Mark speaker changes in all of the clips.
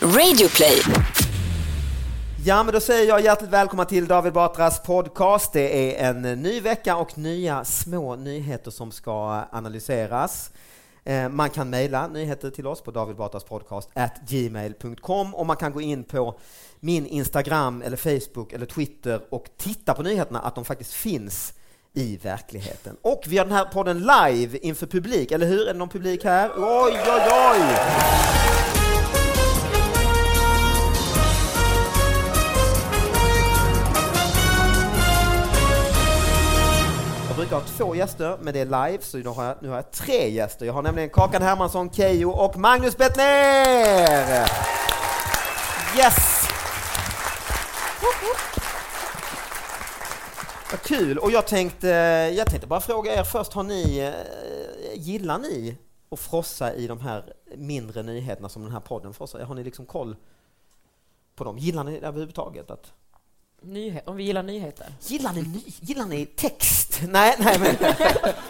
Speaker 1: Radioplay.
Speaker 2: Ja, men då säger jag hjärtligt välkomna till David Batras podcast. Det är en ny vecka och nya små nyheter som ska analyseras. Eh, Man kan mejla nyheter till oss på davidbatraspodcast@gmail.com och man kan gå in på min Instagram eller Facebook eller Twitter och titta på nyheterna att de faktiskt finns i verkligheten. Och vi har den här podden live inför publik, eller hur? Är det någon publik här? Oj, oj, oj! Jag brukar ha två gäster, men det är live, så nu har jag, nu har jag tre gäster. Jag har nämligen Kakan Hermansson, Kejo och Magnus Bettner! Yes! Vad kul! Och jag tänkte, jag tänkte bara fråga er först, har ni, eh, gillar ni att frossa i de här mindre nyheterna som den här podden frossar i? Har ni liksom koll på dem? Gillar ni det överhuvudtaget? Att
Speaker 3: Nyhet, om vi gillar nyheter.
Speaker 2: Gillar ni, ny, gillar ni text? Nej, nej, men,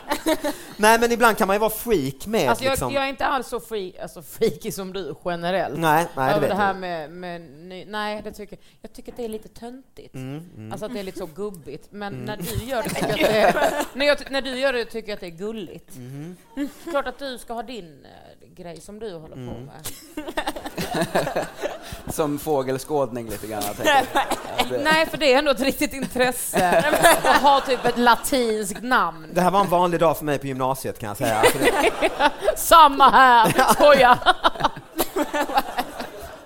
Speaker 2: nej, men ibland kan man ju vara freak med.
Speaker 3: Alltså jag,
Speaker 2: liksom.
Speaker 3: jag är inte alls så freak, alltså freaky som du generellt.
Speaker 2: Nej, nej, det
Speaker 3: Över
Speaker 2: vet
Speaker 3: det här
Speaker 2: jag.
Speaker 3: med, med ny, nej, det tycker, jag tycker att det är lite töntigt. Alltså att det är lite så gubbigt. Men när du gör det tycker jag att det är, när, jag, ty- när du gör det tycker jag att det är gulligt. Klart att du ska ha din eh, grej som du håller på med.
Speaker 4: Som fågelskådning lite grann. jag tänker. Ja, det-
Speaker 3: Nej, för det är ändå ett riktigt intresse att ha typ ett latinskt namn.
Speaker 2: Det här var en vanlig dag för mig på gymnasiet kan jag säga. Alltså, det,
Speaker 3: Samma här, skoja!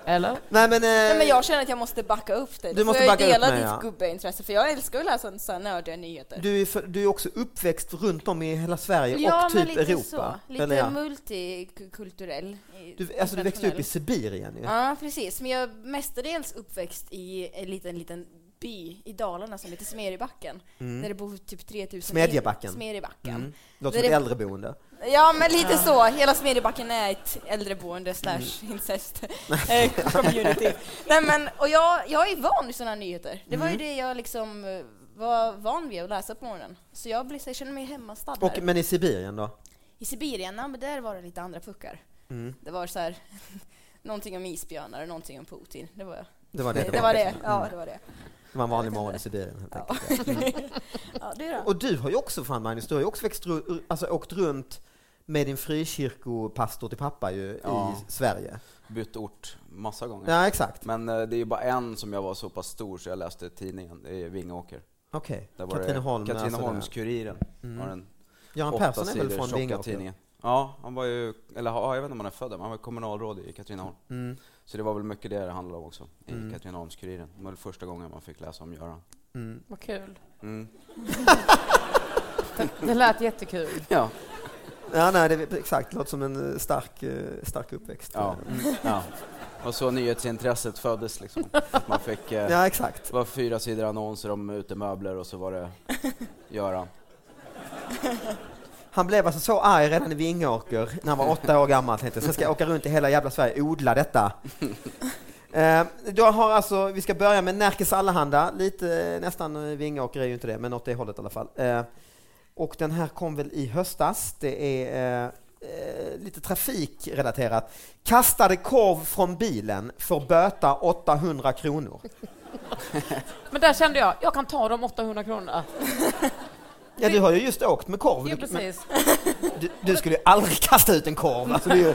Speaker 3: Eller?
Speaker 2: nej, men, eh,
Speaker 5: Nej, men jag känner att jag måste backa upp dig.
Speaker 2: Du måste
Speaker 5: för jag
Speaker 2: backa upp
Speaker 5: delar
Speaker 2: mig,
Speaker 5: ditt
Speaker 2: ja.
Speaker 5: gubbeintresse, för jag älskar att läsa sådana nördiga nyheter.
Speaker 2: du, är för, du är också uppväxt runt om i hela Sverige
Speaker 5: ja,
Speaker 2: och
Speaker 5: men
Speaker 2: typ
Speaker 5: lite
Speaker 2: Europa.
Speaker 5: så. Lite
Speaker 2: Eller ja.
Speaker 5: multikulturell. i-
Speaker 2: du, alltså, du växte upp i Sibirien ju.
Speaker 5: Ja, precis. Men jag är mestadels uppväxt i en liten, liten by i Dalarna som heter Smedjebacken. Där det bor typ 3000
Speaker 2: Mm. Smedjebacken.
Speaker 5: Smedjebacken.
Speaker 2: Mm. Låter
Speaker 5: Det
Speaker 2: som ett
Speaker 5: är-
Speaker 2: äldreboende.
Speaker 5: Ja, men lite så. Hela Smedjebacken är ett äldreboende slash
Speaker 2: Mm.
Speaker 5: incest eh, community. Nej, men, och jag, jag är van vid sådana nyheter. Det var
Speaker 2: Mm.
Speaker 5: ju det jag liksom eh, var van vid att läsa på morgonen. Så jag, blir, så jag känner mig hemmastad
Speaker 2: Och,
Speaker 5: här.
Speaker 2: men i Sibirien då?
Speaker 5: I Sibirien, ja, men där var det lite andra puckar.
Speaker 2: Mm.
Speaker 5: Det var så här, någonting om isbjörnar och någonting om Putin. Det var,
Speaker 2: Det var det. Mm.
Speaker 5: det, var det. Ja, det var det.
Speaker 2: Det var en vanlig morgon i Sibirien. Helt enkelt.
Speaker 5: Ja, du då?
Speaker 2: Och du har ju också, fan Magnus, du har ju också växt, ru- alltså, åkt runt med din frikyrkopastor till pappa ju,
Speaker 4: Ja.
Speaker 2: i Sverige.
Speaker 4: Bytt ort massa gånger.
Speaker 2: Ja, exakt.
Speaker 4: Men eh, det är ju bara en som jag var så pass stor så jag läste i tidningen. Det är Vingåker.
Speaker 2: Okej.
Speaker 4: Där var det
Speaker 2: Katrineholm. alltså,
Speaker 4: Katrineholms-Kuriren. Har en
Speaker 2: där. Göran
Speaker 4: åtta
Speaker 2: Persson är väl
Speaker 4: sidor
Speaker 2: från
Speaker 4: tjocka
Speaker 2: Vingåker?
Speaker 4: tidningen. Ja, han var ju, eller ja, jag vet inte om han är född där, men han var kommunalråd i Katrineholm.
Speaker 2: Mm.
Speaker 4: Så det var väl mycket det det handlade om också, i Katrineholms-Kuriren. Det var väl första gången man fick läsa om Göran.
Speaker 3: Vad kul.
Speaker 4: Mm.
Speaker 3: Det lät jättekul.
Speaker 4: Ja.
Speaker 2: Ja, nej, det, är- exakt. Det låter som en eh, stark, eh, stark uppväxt.
Speaker 4: Ja. ja. Och så nyhetsintresset föddes liksom. Att man fick, eh,
Speaker 2: Ja, exakt.
Speaker 4: det var fyra sidor annonser om utemöbler och så var det Göran.
Speaker 2: Han blev alltså så arg redan i Vingåker när han var åtta år gammal. Tänkte, så ska jag åka runt i hela jävla Sverige och odla detta. Eh, då har alltså, vi ska börja med Närkes Allehanda, lite eh, nästan eh, Vingåker är ju inte det, men åt det hållet i alla fall. Eh, och den här kom väl i höstas. Det är eh, eh, lite trafikrelaterat. Kastade korv från bilen, får böta 800 kronor.
Speaker 3: Men där kände jag, jag kan ta de 800 kronorna.
Speaker 2: Ja, du har ju just åkt med korv.
Speaker 3: Jo,
Speaker 2: Du- men
Speaker 3: precis.
Speaker 2: Du, du skulle ju aldrig kasta ut en korv. Alltså, det är ju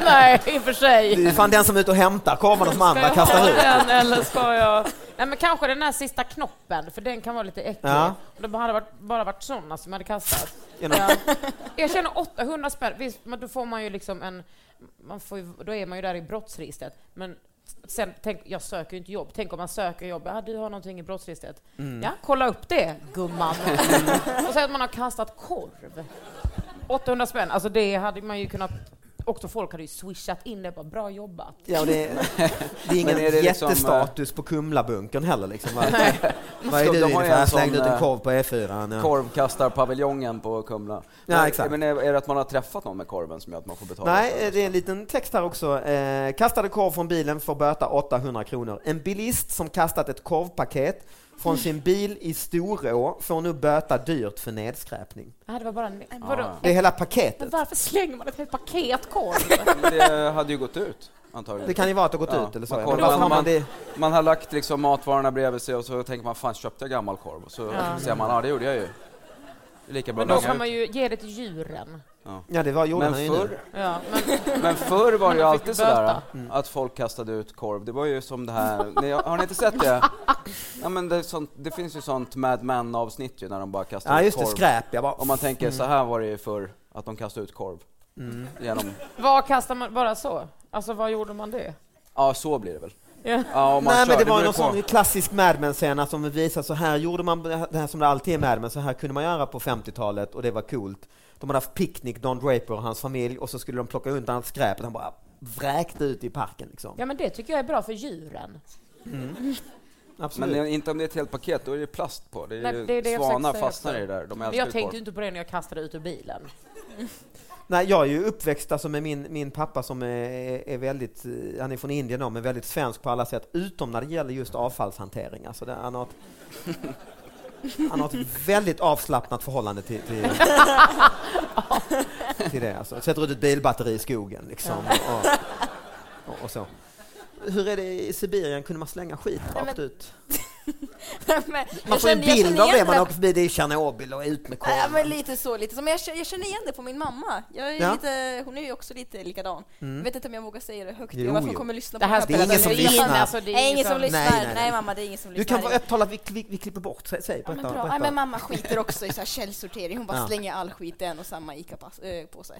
Speaker 3: Nej, i och för sig.
Speaker 2: det är fan den som är ute och hämtar korvarna som andra kastar
Speaker 3: Ska
Speaker 2: ut.
Speaker 3: jag ha den eller ska jag... Nej men kanske den här sista knoppen, för den kan vara lite äcklig.
Speaker 2: Ja.
Speaker 3: Och det hade varit, bara varit sådana som jag hade kastat.
Speaker 2: Genom-
Speaker 3: Ja. Jag känner 800 spänn, visst, men då får man ju liksom en... Man får ju, då är man ju där i brottsregistret. Men sen, tänk, jag söker ju inte jobb. Tänk om man söker jobb, ja du har någonting i brottsregistret. Ja, kolla upp det gumman. Och säg att man har kastat korv. 800 spänn, alltså det hade man ju kunnat... Också folk hade ju swishat in det, bara bra jobbat.
Speaker 2: Ja, och det, är- det är ingen
Speaker 4: Men är det liksom,
Speaker 2: jättestatus på Kumlabunkern heller. Liksom. Vad, vad är
Speaker 4: De
Speaker 2: du
Speaker 4: har
Speaker 2: inne för?
Speaker 4: ju en
Speaker 2: Jag slängde
Speaker 4: sån,
Speaker 2: ut en
Speaker 4: eh,
Speaker 2: korv på E4. Ja.
Speaker 4: Korvkastarpaviljongen på Kumla.
Speaker 2: Ja,
Speaker 4: Men- eh,
Speaker 2: exakt.
Speaker 4: Men är, är det att man har träffat någon med korven som gör att man får betala? för
Speaker 2: Nej, eh,
Speaker 4: det?
Speaker 2: det är en liten text här också. Eh, kastade korv från bilen får böta 800 kronor. En bilist som kastat ett korvpaket från sin bil i Storå får nu böta dyrt för nedskräpning.
Speaker 3: Ja, det var bara en... Vadå?
Speaker 2: Det är hela
Speaker 3: Men
Speaker 2: paketet.
Speaker 3: varför slänger man ett helt paket korv?
Speaker 4: Men det hade ju gått ut, antagligen.
Speaker 2: Det kan ju vara att det har gått
Speaker 4: Ja,
Speaker 2: ut eller så.
Speaker 4: man
Speaker 2: ja. Men
Speaker 4: kollar-
Speaker 2: varför har
Speaker 4: man-
Speaker 2: man det?
Speaker 4: Man har lagt liksom matvarorna bredvid sig och så tänker man, fan köpte jag gammal korv? Och så ser man, ja det gjorde jag ju. Det är lika bra
Speaker 3: Men då
Speaker 4: att
Speaker 3: kan
Speaker 4: långa
Speaker 3: man
Speaker 4: ut.
Speaker 3: ju ge det till djuren.
Speaker 2: Ja, det var gjorde
Speaker 4: Men
Speaker 2: han ju nu.
Speaker 4: förr,
Speaker 3: Ja, men
Speaker 4: men förr var det ju
Speaker 3: Man fick
Speaker 4: alltid sådär mm,
Speaker 3: böta. Mm.
Speaker 4: att folk kastade ut korv. Det var ju som det här, ni, har ni inte sett det? Ja, men det, är sånt, det finns ju sånt Mad Men avsnitt ju när de bara kastar
Speaker 2: Ja,
Speaker 4: ut
Speaker 2: just det.
Speaker 4: korv.
Speaker 2: Skräp. Mm. Jag bara,
Speaker 4: Om man tänker, så här var det ju förr, att de kastade ut korv.
Speaker 2: Mm.
Speaker 4: Genom,
Speaker 3: vad kastar man bara så? Alltså vad gjorde man det?
Speaker 4: ja så blir det väl.
Speaker 3: Ja.
Speaker 4: Ja, om man
Speaker 2: Nej,
Speaker 4: kör,
Speaker 2: men det
Speaker 4: beror
Speaker 2: var
Speaker 4: ju
Speaker 2: någon
Speaker 4: på.
Speaker 2: sån klassisk Mad Men-scen att de visar så här gjorde man, det här som det alltid är i Mad Men, så här kunde man göra på 50-talet och det var coolt. De hade haft picknick, Don Draper och hans familj och så skulle de plocka undan allt skräp och han bara vräkte ut i parken liksom.
Speaker 3: Ja men det tycker jag är bra för djuren.
Speaker 2: Absolut.
Speaker 4: Men det- inte om det är ett helt paket, då är det plast på. Det är
Speaker 3: Nej,
Speaker 4: ju
Speaker 3: det är det jag
Speaker 4: svanar
Speaker 3: försöker säga
Speaker 4: fastnar i
Speaker 3: också.
Speaker 4: det där. De
Speaker 3: Men
Speaker 4: älskar
Speaker 3: jag
Speaker 4: ju
Speaker 3: tänkte
Speaker 4: korv.
Speaker 3: ju inte på det när jag kastade ut ur bilen.
Speaker 2: Nej, jag är ju uppväxt alltså, med min, min pappa som är, är väldigt, eh, han är från Indien då, men väldigt svensk på alla sätt, utom när det gäller just avfallshantering. Alltså, det, han, har ett, han har ett väldigt avslappnat förhållande till, till, till det. Alltså. Sätter ut ett bilbatteri i skogen liksom. Och, och, och så. Hur är det i Sibirien, kunde man slänga skit rakt ut?
Speaker 5: Men
Speaker 2: Man
Speaker 5: jag
Speaker 2: får ju en
Speaker 5: känner- jag
Speaker 2: bild
Speaker 5: känner
Speaker 2: av det,
Speaker 5: igen
Speaker 2: man åker förbi, det är Tjernobyl och ut med
Speaker 5: Ja, men
Speaker 2: korven.
Speaker 5: lite så, lite så. Men jag, känner- jag känner igen det på min mamma. Jag är
Speaker 2: Ja. Mm.
Speaker 5: lite, hon är ju också lite likadan. Vet inte om jag vågar säga det högt,
Speaker 2: Jo,
Speaker 5: jo, varför
Speaker 2: jo.
Speaker 5: hon kommer lyssna
Speaker 3: Det
Speaker 5: på
Speaker 3: här
Speaker 5: den
Speaker 3: spelar
Speaker 2: ingen
Speaker 5: podden.
Speaker 2: som
Speaker 5: Jag gillar
Speaker 2: lyssnar.
Speaker 5: det.
Speaker 3: Alltså, det är
Speaker 5: Nej, ingen
Speaker 3: ingen
Speaker 5: som
Speaker 3: som-
Speaker 5: lyssnar.
Speaker 2: Nej,
Speaker 5: Nej,
Speaker 2: nej, nej.
Speaker 5: mamma, det är ingen som
Speaker 2: Du
Speaker 5: lyssnar.
Speaker 2: kan vara upptalad, vi, vi, vi klipper bort. Säg, säg
Speaker 5: Ja,
Speaker 2: berätta.
Speaker 5: men bra.
Speaker 2: berätta.
Speaker 5: Ja, men mamma skiter också i så här källsortering. Hon bara
Speaker 2: Ja. Mm.
Speaker 5: slänger all skit i en och samma ICA-påse.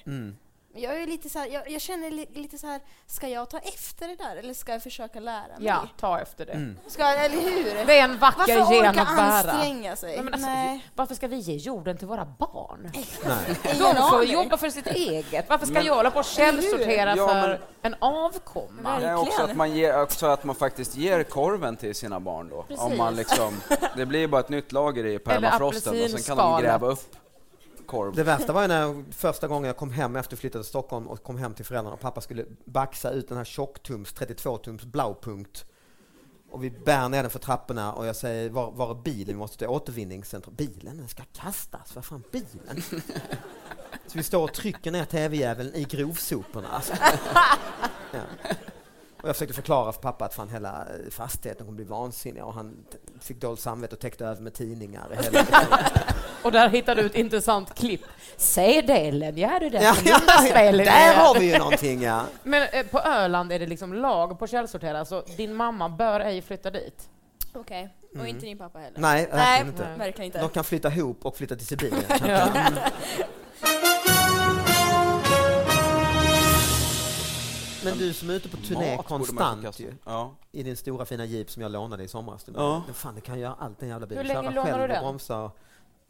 Speaker 5: Men jag är ju lite så här, jag, jag känner li, lite så här, ska jag ta efter det där eller ska jag försöka lära mig?
Speaker 3: Ja, ta efter det.
Speaker 4: Mm.
Speaker 5: Ska, eller hur?
Speaker 3: Det är en vacker
Speaker 5: Varför
Speaker 3: gen
Speaker 5: orka
Speaker 3: att bära.
Speaker 5: anstränga sig?
Speaker 3: Nej, men alltså,
Speaker 5: Nej.
Speaker 3: Varför ska vi ge jorden till våra barn?
Speaker 5: Ingen
Speaker 3: De får
Speaker 5: aning.
Speaker 3: jobba för sitt eget. Varför ska jag hålla på och källsortera
Speaker 4: Ja, men-
Speaker 3: för en avkomma?
Speaker 4: Det är också att man, ger, också att man faktiskt ger korven till sina barn då. Om man liksom, det blir ju bara ett nytt lager i permafrosten och sen kan de
Speaker 3: apelsinskalet.
Speaker 4: gräva upp korv.
Speaker 2: Det värsta var ju när jag, första gången jag kom hem efter att jag flyttade till Stockholm och kom hem till föräldrarna och pappa skulle baxa ut den här tjocktums, 32-tums blaupunkt. Och vi bär ner den för trapporna och jag säger var, var är bilen? Vi måste till återvinningscentrum. Bilen? Den ska kastas. Vad fan, bilen? Så vi står och trycker ner tv-djävulen i grovsoporna. Alltså. Ja. Och jag försökte förklara för pappa att fan hela eh, fastigheten kommer bli vansinnig och han t- fick dåligt samvete och täckte över med tidningar. i Hela
Speaker 3: Och där hittar du ett intressant klipp. Säg det Ellen, ja du Alltså, det
Speaker 2: Ja,
Speaker 3: som
Speaker 2: ja,
Speaker 3: inte
Speaker 2: ja.
Speaker 3: spelar
Speaker 2: Där
Speaker 3: det.
Speaker 2: har vi ju någonting ja.
Speaker 3: Men eh, på Öland är det liksom lag på källsortera, så din mamma bör ej flytta dit.
Speaker 5: Okej,
Speaker 4: Mm.
Speaker 5: och inte din pappa heller?
Speaker 2: Nej, verkligen inte.
Speaker 5: verkligen inte.
Speaker 2: De kan flytta ihop och flytta till Sibirien. kanske. Mm. Men du som är ute på turné
Speaker 4: Mat borde man inte
Speaker 2: konstant
Speaker 4: kasta.
Speaker 2: ju,
Speaker 4: Ja.
Speaker 2: i din stora fina jeep som jag lånade i somras.
Speaker 4: Ja.
Speaker 2: Men fan, det kan göra allt den jävla bilen.
Speaker 3: Hur länge
Speaker 2: Köra
Speaker 3: lånade
Speaker 2: själv
Speaker 3: du
Speaker 2: och
Speaker 3: den?
Speaker 2: bromsa.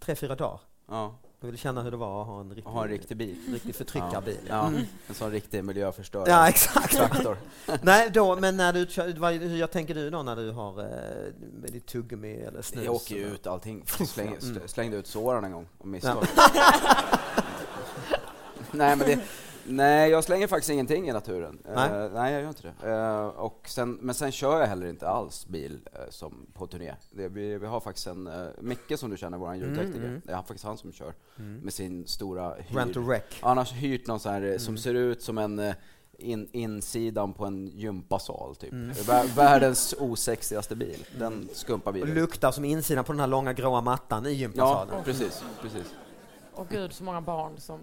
Speaker 2: Tre, fyra dagar.
Speaker 4: Ja.
Speaker 2: Du vill känna hur det var att ha en riktig,
Speaker 4: Och ha en riktig bil.
Speaker 2: riktig förtryckarbil. Ja.
Speaker 4: Ja, en sån riktig miljöförstörare.
Speaker 2: Ja, exakt.
Speaker 4: Traktor.
Speaker 2: Nej, då, men när du kör, vad, hur jag tänker du då när du har eh, med ditt tuggummi eller snus?
Speaker 4: Jag åker ju ut allting. Släng,
Speaker 3: Mm.
Speaker 4: sl- Slängde ut såren en gång och misstag. nej, men det, nej, jag slänger faktiskt ingenting i naturen.
Speaker 2: Nej.
Speaker 4: Eh, nej jag gör inte det. Eh, och sen, men sen kör jag heller inte alls bil eh, som på turné. Det, vi, vi har faktiskt en, eh, Micke som du känner, vår ljudtekniker, det är faktiskt han som kör med sin stora hyr.
Speaker 2: Rent a wreck.
Speaker 4: Ja, Han har hyrt någon sån här eh,
Speaker 3: Mm.
Speaker 4: som ser ut som en eh, in, insidan på en gympasal typ.
Speaker 3: Mm.
Speaker 4: Vär- Världens osexigaste bil. Den skumpar vi.
Speaker 2: Och
Speaker 4: runt.
Speaker 2: luktar som insidan på den här långa gråa mattan i
Speaker 4: Ja,
Speaker 3: Mm.
Speaker 2: gympasalen.
Speaker 4: precis. precis.
Speaker 3: Och gud, så många barn som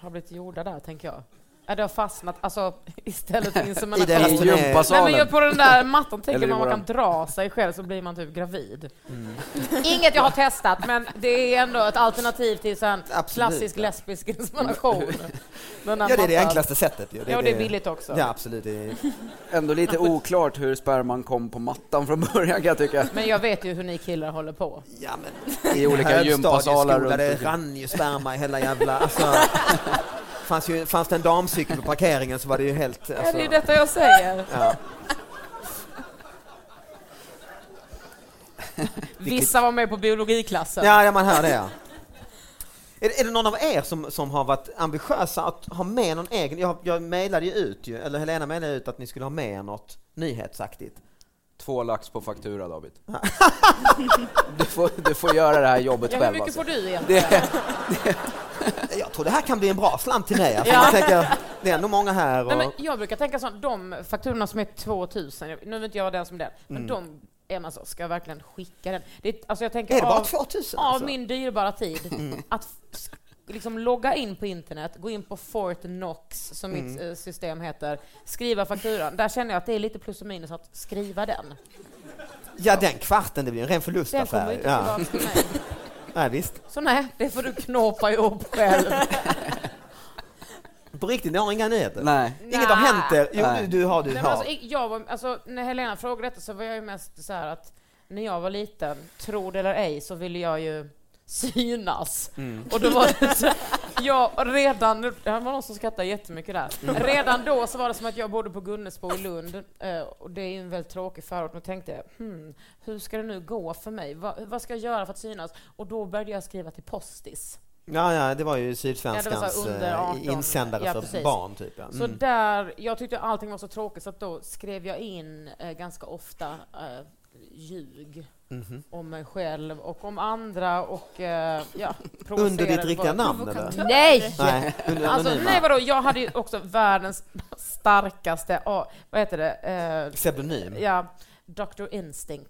Speaker 3: har blivit gjorda där, tänker jag. Ja, det har fastnat, alltså istället finns som en...
Speaker 2: I deras
Speaker 4: I
Speaker 2: turné.
Speaker 3: Nej, men
Speaker 4: gympasalen.
Speaker 3: jag på den där mattan tänker
Speaker 4: Eller i
Speaker 3: man man kan
Speaker 4: våran-
Speaker 3: dra sig själv så blir man typ gravid. Inget jag har testat, men det är ändå ett alternativ till så här en
Speaker 2: Absolut,
Speaker 3: klassisk
Speaker 2: ja.
Speaker 3: lesbisk insemination. Den där
Speaker 2: Ja, det är det
Speaker 3: mattan.
Speaker 2: enklaste sättet. ju.
Speaker 3: Ja, och det är billigt också.
Speaker 2: Ja, absolut. Det är,
Speaker 4: Ändå lite oklart hur sperman kom på mattan från början kan jag tycka.
Speaker 3: Men jag vet ju hur ni killar håller på.
Speaker 2: ja, men,
Speaker 4: I olika gympasalar
Speaker 2: Högstadieskola,
Speaker 4: runt
Speaker 2: det
Speaker 4: omkring.
Speaker 2: rann ju sperma i hela jävla... Alltså, fanns, ju, fanns det en damcykel på parkeringen så var det ju helt...
Speaker 3: Ja,
Speaker 2: Alltså,
Speaker 3: det är ju detta jag säger. Vissa var med på biologiklassen.
Speaker 2: ja, ja, man hör det ja. Är, det- är det någon av er som, som har varit ambitiösa att ha med någon egen? Jag, jag mejlade ju ut ju, eller Helena mejlade ut att ni skulle ha med er något nyhetsaktigt.
Speaker 4: Två lax på faktura David. Du får, du får göra det här jobbet
Speaker 3: Ja, hur
Speaker 4: själv
Speaker 3: mycket får
Speaker 4: alltså.
Speaker 3: du egentligen?
Speaker 4: Det,
Speaker 2: Jag tror det här kan bli en bra slant till mig. Alltså.
Speaker 3: Ja.
Speaker 2: Jag tänker, det är ändå många här. Och...
Speaker 3: Nej, men jag brukar tänka så här, de fakturorna som är 2000, jag- nu vet inte jag den som den, men
Speaker 2: Mm.
Speaker 3: de är man så, ska jag verkligen skicka den? Det, är- alltså jag tänker
Speaker 2: Är det bara
Speaker 3: av,
Speaker 2: 2000
Speaker 3: Av
Speaker 2: alltså? Mm.
Speaker 3: min dyrbara tid. Att f- sk- liksom logga in på internet, gå in på Fortnox, som mitt
Speaker 2: Mm.
Speaker 3: eh, system heter, skriva fakturan. Där känner jag att det är lite plus och minus att skriva den.
Speaker 2: Ja, den kvarten, det blir en ren
Speaker 3: Den kommer ju
Speaker 2: förlustaffär.
Speaker 3: inte
Speaker 2: Ja.
Speaker 3: tillbaka till mig.
Speaker 2: Nej, visst.
Speaker 3: Så nej, det får du knåpa ihop själv.
Speaker 2: På riktigt, ni har inga nyheter?
Speaker 4: nej.
Speaker 2: Inget har
Speaker 3: Nej.
Speaker 2: hänt er? Jo,
Speaker 4: Nej.
Speaker 2: du, du har, du
Speaker 3: Nej, men alltså,
Speaker 2: har.
Speaker 3: i- jag var, alltså, när Helena frågade detta så var jag ju mest så här att när jag var liten, tro det eller ej, så ville jag ju synas. Och då var det så, jag redan, det var någon som skrattade jättemycket där. Redan då så var det som att jag bodde på Gunnesbo i Lund eh, och det är ju en väldigt tråkig förort. Och tänkte jag, hmm, hur ska det nu gå för mig? Va, vad ska jag göra för att synas? Och då började jag skriva till Postis.
Speaker 2: Ja, ja, det var ju
Speaker 3: Ja, det var
Speaker 2: Sydsvenskans
Speaker 3: så här under
Speaker 2: eh,
Speaker 3: 18.
Speaker 2: insändare
Speaker 3: Ja,
Speaker 2: för
Speaker 3: precis.
Speaker 2: barn, typ. Ja.
Speaker 3: Så
Speaker 2: Mm.
Speaker 3: där, jag tyckte allting var så tråkigt så att då skrev jag in eh, ganska ofta eh, ljug
Speaker 2: Mhm.
Speaker 3: om mig själv och om andra och eh,
Speaker 2: Under
Speaker 3: ja,
Speaker 2: ditt
Speaker 3: provocerade
Speaker 2: riktiga
Speaker 3: folk.
Speaker 2: namn, eller?
Speaker 3: Nej!
Speaker 2: Nej, under
Speaker 3: Alltså,
Speaker 2: anonyma.
Speaker 3: nej vadå, jag hade ju också världens starkaste, ah, vad heter det, eh,
Speaker 2: Pseudonym.
Speaker 3: ja, Dr Instinct.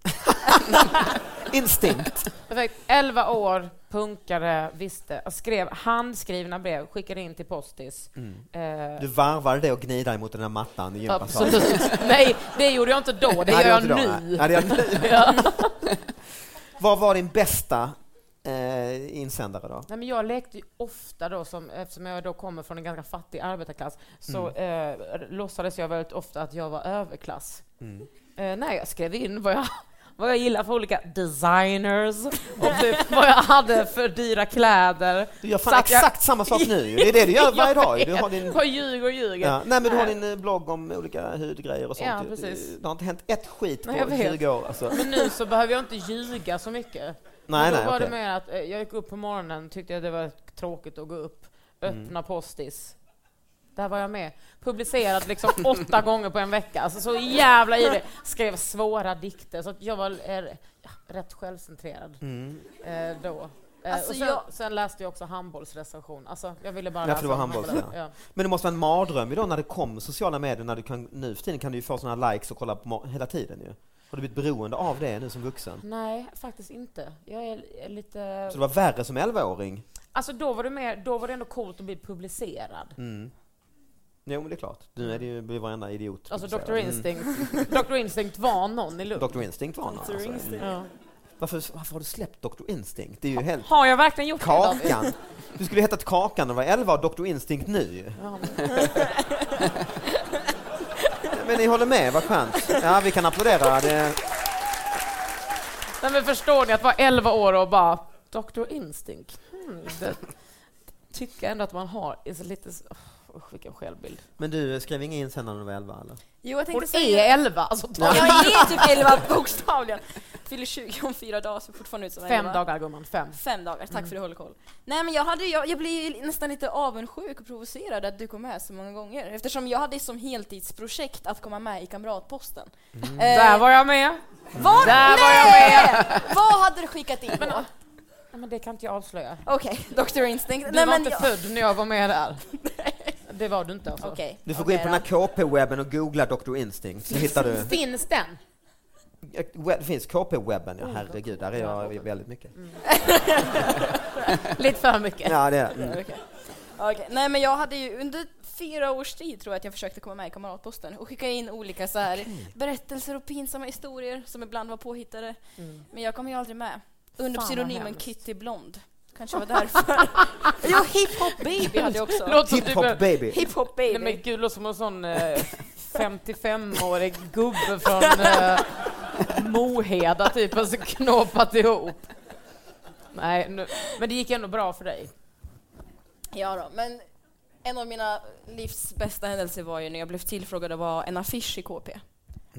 Speaker 2: Instinkt.
Speaker 3: Perfekt. 11 år, punkare, visste, skrev handskrivna brev, skickade in till Postis. Eh,
Speaker 2: Mm. Du varvar det och gnider emot den där mattan i gympasalen.
Speaker 3: Absolut. Nej, det gjorde jag inte då. Det
Speaker 2: Nej,
Speaker 3: gör jag
Speaker 2: var inte då,
Speaker 3: nu.
Speaker 2: nej. Nej, det gör jag nu.
Speaker 3: Ja.
Speaker 2: Vad var din bästa eh, insändare då?
Speaker 3: Nej, men jag lekte ju ofta då, som, eftersom jag då kommer från en ganska fattig arbetarklass, så
Speaker 2: Mm.
Speaker 3: eh, låtsades jag väldigt ofta att jag var överklass. Eh, nej, jag skrev in vad jag, vad jag gillar för olika designers och typ vad jag hade för dyra kläder.
Speaker 2: Du gör
Speaker 3: Så
Speaker 2: fan
Speaker 3: att jag-
Speaker 2: exakt samma sak nu ju. Det är det du gör varje
Speaker 3: Jag
Speaker 2: dag ju. Du
Speaker 3: vet.
Speaker 2: har din...
Speaker 3: Jag ljuger och ljuger.
Speaker 2: Ja. Nej, men du har din eh, blogg om olika hudgrejer och sånt.
Speaker 3: Ja,
Speaker 2: ju.
Speaker 3: precis.
Speaker 2: Det har inte hänt ett skit på
Speaker 3: Nej, jag vet.
Speaker 2: 20 år. Alltså.
Speaker 3: Men nu så behöver jag inte ljuga så mycket.
Speaker 2: Nej,
Speaker 3: då
Speaker 2: nej,
Speaker 3: var
Speaker 2: okej.
Speaker 3: det mer att eh, jag gick upp på morgonen, tyckte jag det var tråkigt att gå upp,
Speaker 2: Mm.
Speaker 3: öppna postis. Där var jag med. Publicerat liksom åtta gånger på en vecka. Alltså så jävla ivrig. Skrev svåra dikter. Så att jag var eh, ja, rätt självcentrerad
Speaker 2: Mm.
Speaker 3: eh, då. Eh,
Speaker 5: Alltså,
Speaker 3: och sen,
Speaker 5: jag-
Speaker 3: sen läste jag också handbollsrecension. Alltså, jag ville bara
Speaker 2: Ja, för det var
Speaker 3: om
Speaker 2: handboll, ja.
Speaker 3: Ja.
Speaker 2: Men det måste vara en mardröm idag när det kom sociala medier, när du kan, nu för tiden kan du ju få såna här likes och kolla på ma- hela tiden ju. Har du blivit beroende av det nu som vuxen?
Speaker 3: Nej, faktiskt inte. Jag är lite...
Speaker 2: Så det var värre som 11-åring?
Speaker 3: Alltså då var det, mer, då var det ändå coolt att bli publicerad.
Speaker 2: Jo, men det är klart. Nu är det ju blir varenda idiot.
Speaker 3: Alltså Dr.
Speaker 2: publicerad.
Speaker 3: Instinct, Dr. Instinct var någon i Lund.
Speaker 2: Dr. Instinct var någon, alltså.
Speaker 3: Ja.
Speaker 2: varför, varför har du släppt Dr. Instinct? Det är ju helt...
Speaker 3: Har jag verkligen gjort det David?
Speaker 2: Kakan! Du skulle hetat Kakan när du var 11 och Dr. Instinct nu ju.
Speaker 3: Ja.
Speaker 2: Men ni håller med, vad skönt. Ja, vi kan applådera. Det...
Speaker 3: Nej, men förstår ni att vara 11 år och bara Dr. Instinct? Hmm, det tycker jag ändå att man har. Det är så lite... så- åh, Usch, vilken självbild.
Speaker 2: Men du skrev inget in sen när du var 11 eller?
Speaker 5: Jo, jag tänkte
Speaker 3: Hon
Speaker 5: säga...
Speaker 3: är 11, alltså ta
Speaker 5: Ja, Jag är typ 11 bokstavligen. Fyller 20 om fyra dagar, ser fortfarande ut som
Speaker 3: fem
Speaker 5: 11.
Speaker 3: dagar Mm. gumman, fem.
Speaker 5: Fem dagar, tack för att du håller koll. Nej men jag, hade, jag, jag blir ju nästan lite avundsjuk och provocerad att du kom med så många gånger. Eftersom jag hade som heltidsprojekt att komma med i Kamratposten.
Speaker 4: Mm.
Speaker 5: Eh,
Speaker 3: Där var jag med.
Speaker 5: var,
Speaker 3: där var jag
Speaker 5: nej! Vad hade du skickat in då?
Speaker 3: Nej, men det kan inte jag avslöja.
Speaker 5: Okej, Dr Instinct.
Speaker 3: Du
Speaker 5: Nej,
Speaker 3: var
Speaker 5: men
Speaker 3: inte
Speaker 5: jag-
Speaker 3: född när jag var med där. Det var du inte alltså.
Speaker 5: Okej.
Speaker 2: Du får
Speaker 5: okej
Speaker 2: gå in på
Speaker 5: då.
Speaker 2: den här KP-webben och googla Dr. Instinct. Så hittar du.
Speaker 3: Finns den?
Speaker 2: Web- Det finns KP-webben, ja herregud, där är
Speaker 3: Mm.
Speaker 2: jag väldigt mycket.
Speaker 3: Lite för mycket.
Speaker 2: Ja, det är mm.
Speaker 5: Okej. Okej. Nej men jag hade ju under fyra års tid tror jag att jag försökte komma med i Kamratposten och skicka in olika så här berättelser och pinsamma historier som ibland var påhittade.
Speaker 2: Mm.
Speaker 5: Men jag kom ju aldrig med. Under
Speaker 3: Fan, vad
Speaker 5: pseudonymen
Speaker 3: hemskt.
Speaker 5: Kitty Blond. Kanske var därför. jo, hiphop baby hade jag också.
Speaker 3: Låt som du
Speaker 2: Hiphop
Speaker 3: behöver...
Speaker 2: baby.
Speaker 5: Hiphop
Speaker 3: Nej men
Speaker 5: baby.
Speaker 3: gud, låter som en sån eh, 55-årig gubbe från eh, Moheda typ, alltså knåpat ihop. Nej, nu, men det gick ändå bra för dig.
Speaker 5: Ja då, men en av mina livs bästa händelser var ju när jag blev tillfrågad att vara en affisch i KP.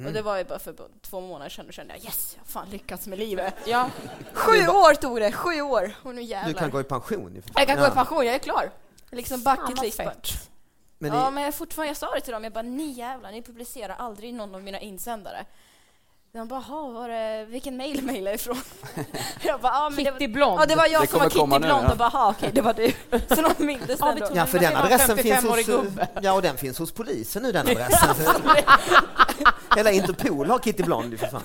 Speaker 5: Och det var ju bara för bara två månader sedan, då kände jag yes, jag har fan lyckats med livet.
Speaker 3: Ja,
Speaker 5: Sju år tog det, sju år! Och nu jävlar.
Speaker 2: Du kan gå i pension. ju för fan.
Speaker 5: Jag kan gå i
Speaker 2: Ja.
Speaker 5: pension, jag är klar. Liksom
Speaker 3: Fan,
Speaker 5: bucket
Speaker 3: vad
Speaker 5: list.
Speaker 3: fett.
Speaker 2: Men
Speaker 5: ja,
Speaker 2: ni,
Speaker 5: men jag är fortfarande, jag sa det till dem, jag bara ni jävlar, ni publicerar aldrig någon av mina insändare. De bara, "Jaha, var det, vilken mail mejlade jag ifrån? jag bara, ja, men det var-
Speaker 3: Kitty Blond.
Speaker 5: Ja, det var jag
Speaker 4: Det
Speaker 5: som var
Speaker 4: kommer komma
Speaker 5: Kitty
Speaker 4: nu,
Speaker 5: Blond
Speaker 4: ja.
Speaker 5: och bara, "Jaha, okej, det var du. Så de mindes
Speaker 3: Ja,
Speaker 5: ja,
Speaker 3: vi
Speaker 5: ändå.
Speaker 3: tog-
Speaker 2: ja, för den
Speaker 3: Det var
Speaker 2: adressen finns
Speaker 3: 55-årig
Speaker 2: hos, eh,
Speaker 3: gubbe.
Speaker 2: ja, och den finns hos polisen nu, den adressen. Hela Interpol har Kitty Blond ju för fan.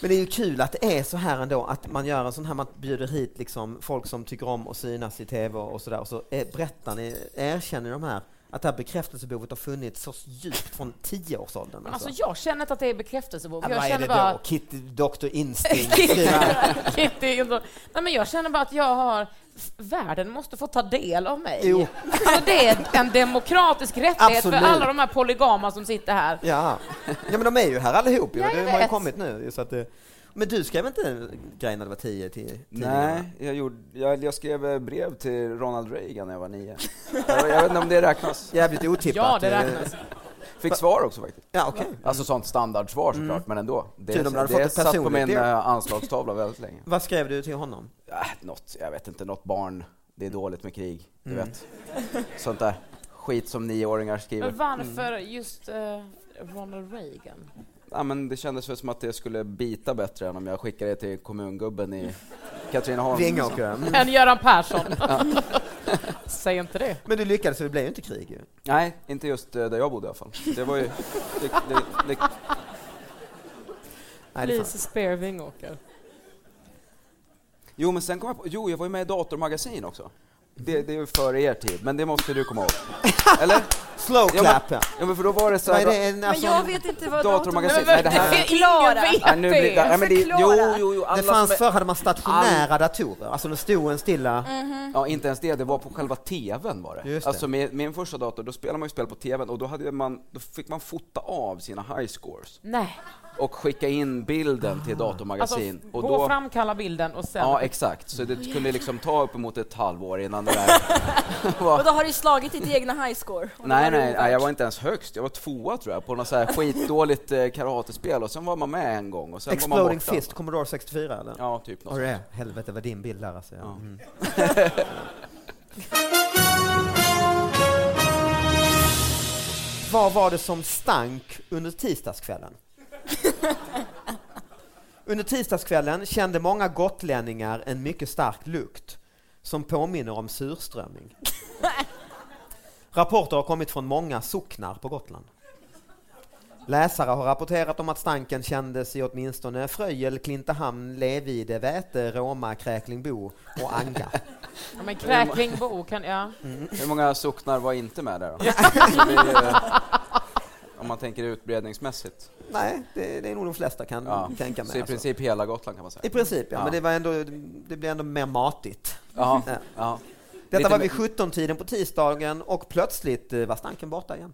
Speaker 2: Men det är ju kul att det är så här ändå, att man gör en sån här, man bjuder hit liksom folk som tycker om att synas i tv och sådär, och så eh, berättar ni, erkänner de här, att det här bekräftelsebehovet har funnits så djupt från tioårsåldern.
Speaker 3: Alltså jag känner inte att det är bekräftelsebehov.
Speaker 2: Ja,
Speaker 3: Jag
Speaker 2: vad är det
Speaker 3: känner
Speaker 2: då?
Speaker 3: bara...
Speaker 2: Kitty, Dr. Instinct. skriva.
Speaker 3: Kitty är bra. Nej, men jag känner bara att jag har... f- Världen måste få ta del av mig.
Speaker 2: Jo.
Speaker 3: Alltså, det är en demokratisk rättighet
Speaker 2: Absolut.
Speaker 3: för alla de här polygama som sitter här.
Speaker 2: ja. ja, men de är ju här allihop. Ja,
Speaker 3: Ja,
Speaker 2: de
Speaker 3: jag
Speaker 2: har ju
Speaker 3: vet.
Speaker 2: kommit nu. Så att det... Men du skrev inte en grej när du var tio till tidningarna?
Speaker 4: Nej, jag, gjorde, jag, jag skrev eh, brev till Ronald Reagan när jag var nio. jag, jag vet inte om det räknas.
Speaker 2: Jävligt otippat.
Speaker 3: Ja, det
Speaker 2: Eh,
Speaker 3: räknas.
Speaker 4: Fick svar också faktiskt.
Speaker 2: Ja, okej.
Speaker 4: Alltså sånt standardsvar såklart, men ändå. Det,
Speaker 2: Kul om du hade fått
Speaker 4: det
Speaker 2: ett
Speaker 4: satt på
Speaker 2: personligt
Speaker 4: min
Speaker 2: brev.
Speaker 4: eh, anslagstavla väldigt länge.
Speaker 2: Vad skrev du till honom?
Speaker 4: Äh, något, jag vet inte, något barn. Det är dåligt med krig, du vet. Sånt där skit som nioåringar skriver.
Speaker 3: Men varför just eh, Ronald Reagan?
Speaker 4: Ja, men det kändes väl som att det skulle bita bättre än om jag skickade det till kommungubben i Katrineholm.
Speaker 2: Vingåker. Mm.
Speaker 3: Än Göran Persson? Säg inte det.
Speaker 2: Men du lyckades, så det blev ju inte krig ju.
Speaker 4: Nej, inte just eh, där jag bodde i alla fall. Det var ju... Det, det, det,
Speaker 2: Nej, det är fan.
Speaker 3: Lise Spear Vingåker.
Speaker 4: jo, men sen kom jag på... Jo, jag var ju med i Datormagasin också. Det, det är ju före er tid, men det måste du komma ihåg. Eller?
Speaker 2: Slow
Speaker 4: Ja,
Speaker 2: clap, ja.
Speaker 4: men, ja, men för då var det så
Speaker 2: Vad
Speaker 4: här...
Speaker 2: är det? En,
Speaker 5: Men
Speaker 2: alltså,
Speaker 5: jag vet inte vad
Speaker 4: Datormagasin.
Speaker 3: Nej, men
Speaker 4: det här-
Speaker 3: ingen
Speaker 5: Klara.
Speaker 3: vet
Speaker 4: Ja, nu blir det,
Speaker 3: det.
Speaker 4: ja, men det jo,
Speaker 5: Förklara.
Speaker 4: jo, jo, alla
Speaker 2: det
Speaker 4: som
Speaker 2: fanns
Speaker 4: är- Mm.
Speaker 2: förr hade man stationära datorer, alltså det stod en stilla...
Speaker 4: Ja, inte ens det. Det var på själva TVn var det.
Speaker 2: Just det.
Speaker 4: Alltså med min första dator, då spelade man ju spel på TVn och då, hade man, då fick man fota av sina high scores
Speaker 3: Nej,
Speaker 4: och skicka in bilden
Speaker 2: Ah.
Speaker 4: till
Speaker 3: alltså
Speaker 4: datormagasin.
Speaker 3: f-
Speaker 4: och
Speaker 3: gå och framkalla bilden och sen...
Speaker 4: Ja, exakt. Så det kunde liksom ta uppemot ett halvår innan det där...
Speaker 5: Och då har du slagit ditt egna highscore. Och då
Speaker 4: nej,
Speaker 5: var du
Speaker 4: nej,
Speaker 5: ovärd.
Speaker 4: nej, jag var inte ens högst. Jag var tvåa tror jag på något så här skitdåligt eh, karatespel och sen var man med en gång och sen var man
Speaker 2: Exploding
Speaker 4: borta.
Speaker 2: Fist, Commodore 64 eller?
Speaker 4: Ja, typ något
Speaker 2: Har du det? Helvete vad din bild där alltså. Ja. Mm. vad var det som stank under tisdagskvällen? under tisdagskvällen kände många gotlänningar en mycket stark lukt som påminner om surströmming. Rapporter har kommit från många socknar på Gotland. Läsare har rapporterat om att stanken kändes i åtminstone Fröjel, Klintehamn, Levide, Väte, Roma, Kräklingbo och Anga.
Speaker 3: Ja, men Kräklingbo kan... Ja.
Speaker 4: Hur många socknar var inte med där då? Alltså, det är ju, om man tänker utbredningsmässigt.
Speaker 2: Nej, det, det är nog de flesta kan
Speaker 4: Ja.
Speaker 2: tänka
Speaker 4: Så
Speaker 2: mig.
Speaker 4: i princip hela Gotland kan man
Speaker 2: alltså. I
Speaker 4: säga.
Speaker 2: princip ja,
Speaker 4: Ja.
Speaker 2: men det, var ändå, det blev ändå mer matigt.
Speaker 4: Ja,
Speaker 2: Ja.
Speaker 4: ja.
Speaker 2: Detta
Speaker 4: Lite
Speaker 2: var
Speaker 4: mer-
Speaker 2: vid 17-tiden på tisdagen och plötsligt eh, var stanken borta igen.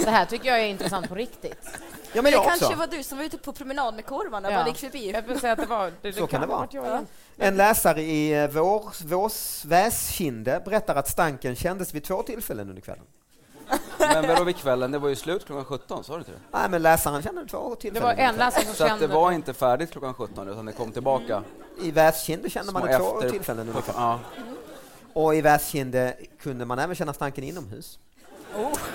Speaker 3: Det här tycker jag är intressant på riktigt.
Speaker 2: Ja, men
Speaker 5: det
Speaker 2: jag
Speaker 5: kanske
Speaker 2: också.
Speaker 5: var du som var ute på promenad med korvarna och
Speaker 3: Ja.
Speaker 5: bara gick förbi.
Speaker 3: Jag vill säga att det var... Det,
Speaker 2: Så kan det
Speaker 3: ha
Speaker 2: vara.
Speaker 3: varit jag igen.
Speaker 2: En läsare i eh, vår, vås, Väskinde berättar att stanken kändes vid två tillfällen under kvällen.
Speaker 4: Men vadå vid kvällen? Det var ju slut klockan 17, sa du inte det?
Speaker 2: Nej, men läsaren kände två tillfällen.
Speaker 3: Det var
Speaker 2: under
Speaker 3: en
Speaker 2: kvällen.
Speaker 3: läsare som
Speaker 4: Så att
Speaker 3: kände...
Speaker 4: det var inte färdigt klockan 17 utan det kom tillbaka.
Speaker 2: I Väskinde kände man
Speaker 4: små
Speaker 2: det två
Speaker 4: efter-
Speaker 2: tillfällen under kvällen.
Speaker 4: Ja.
Speaker 2: Och i Väskinde kunde man även känna stanken inomhus.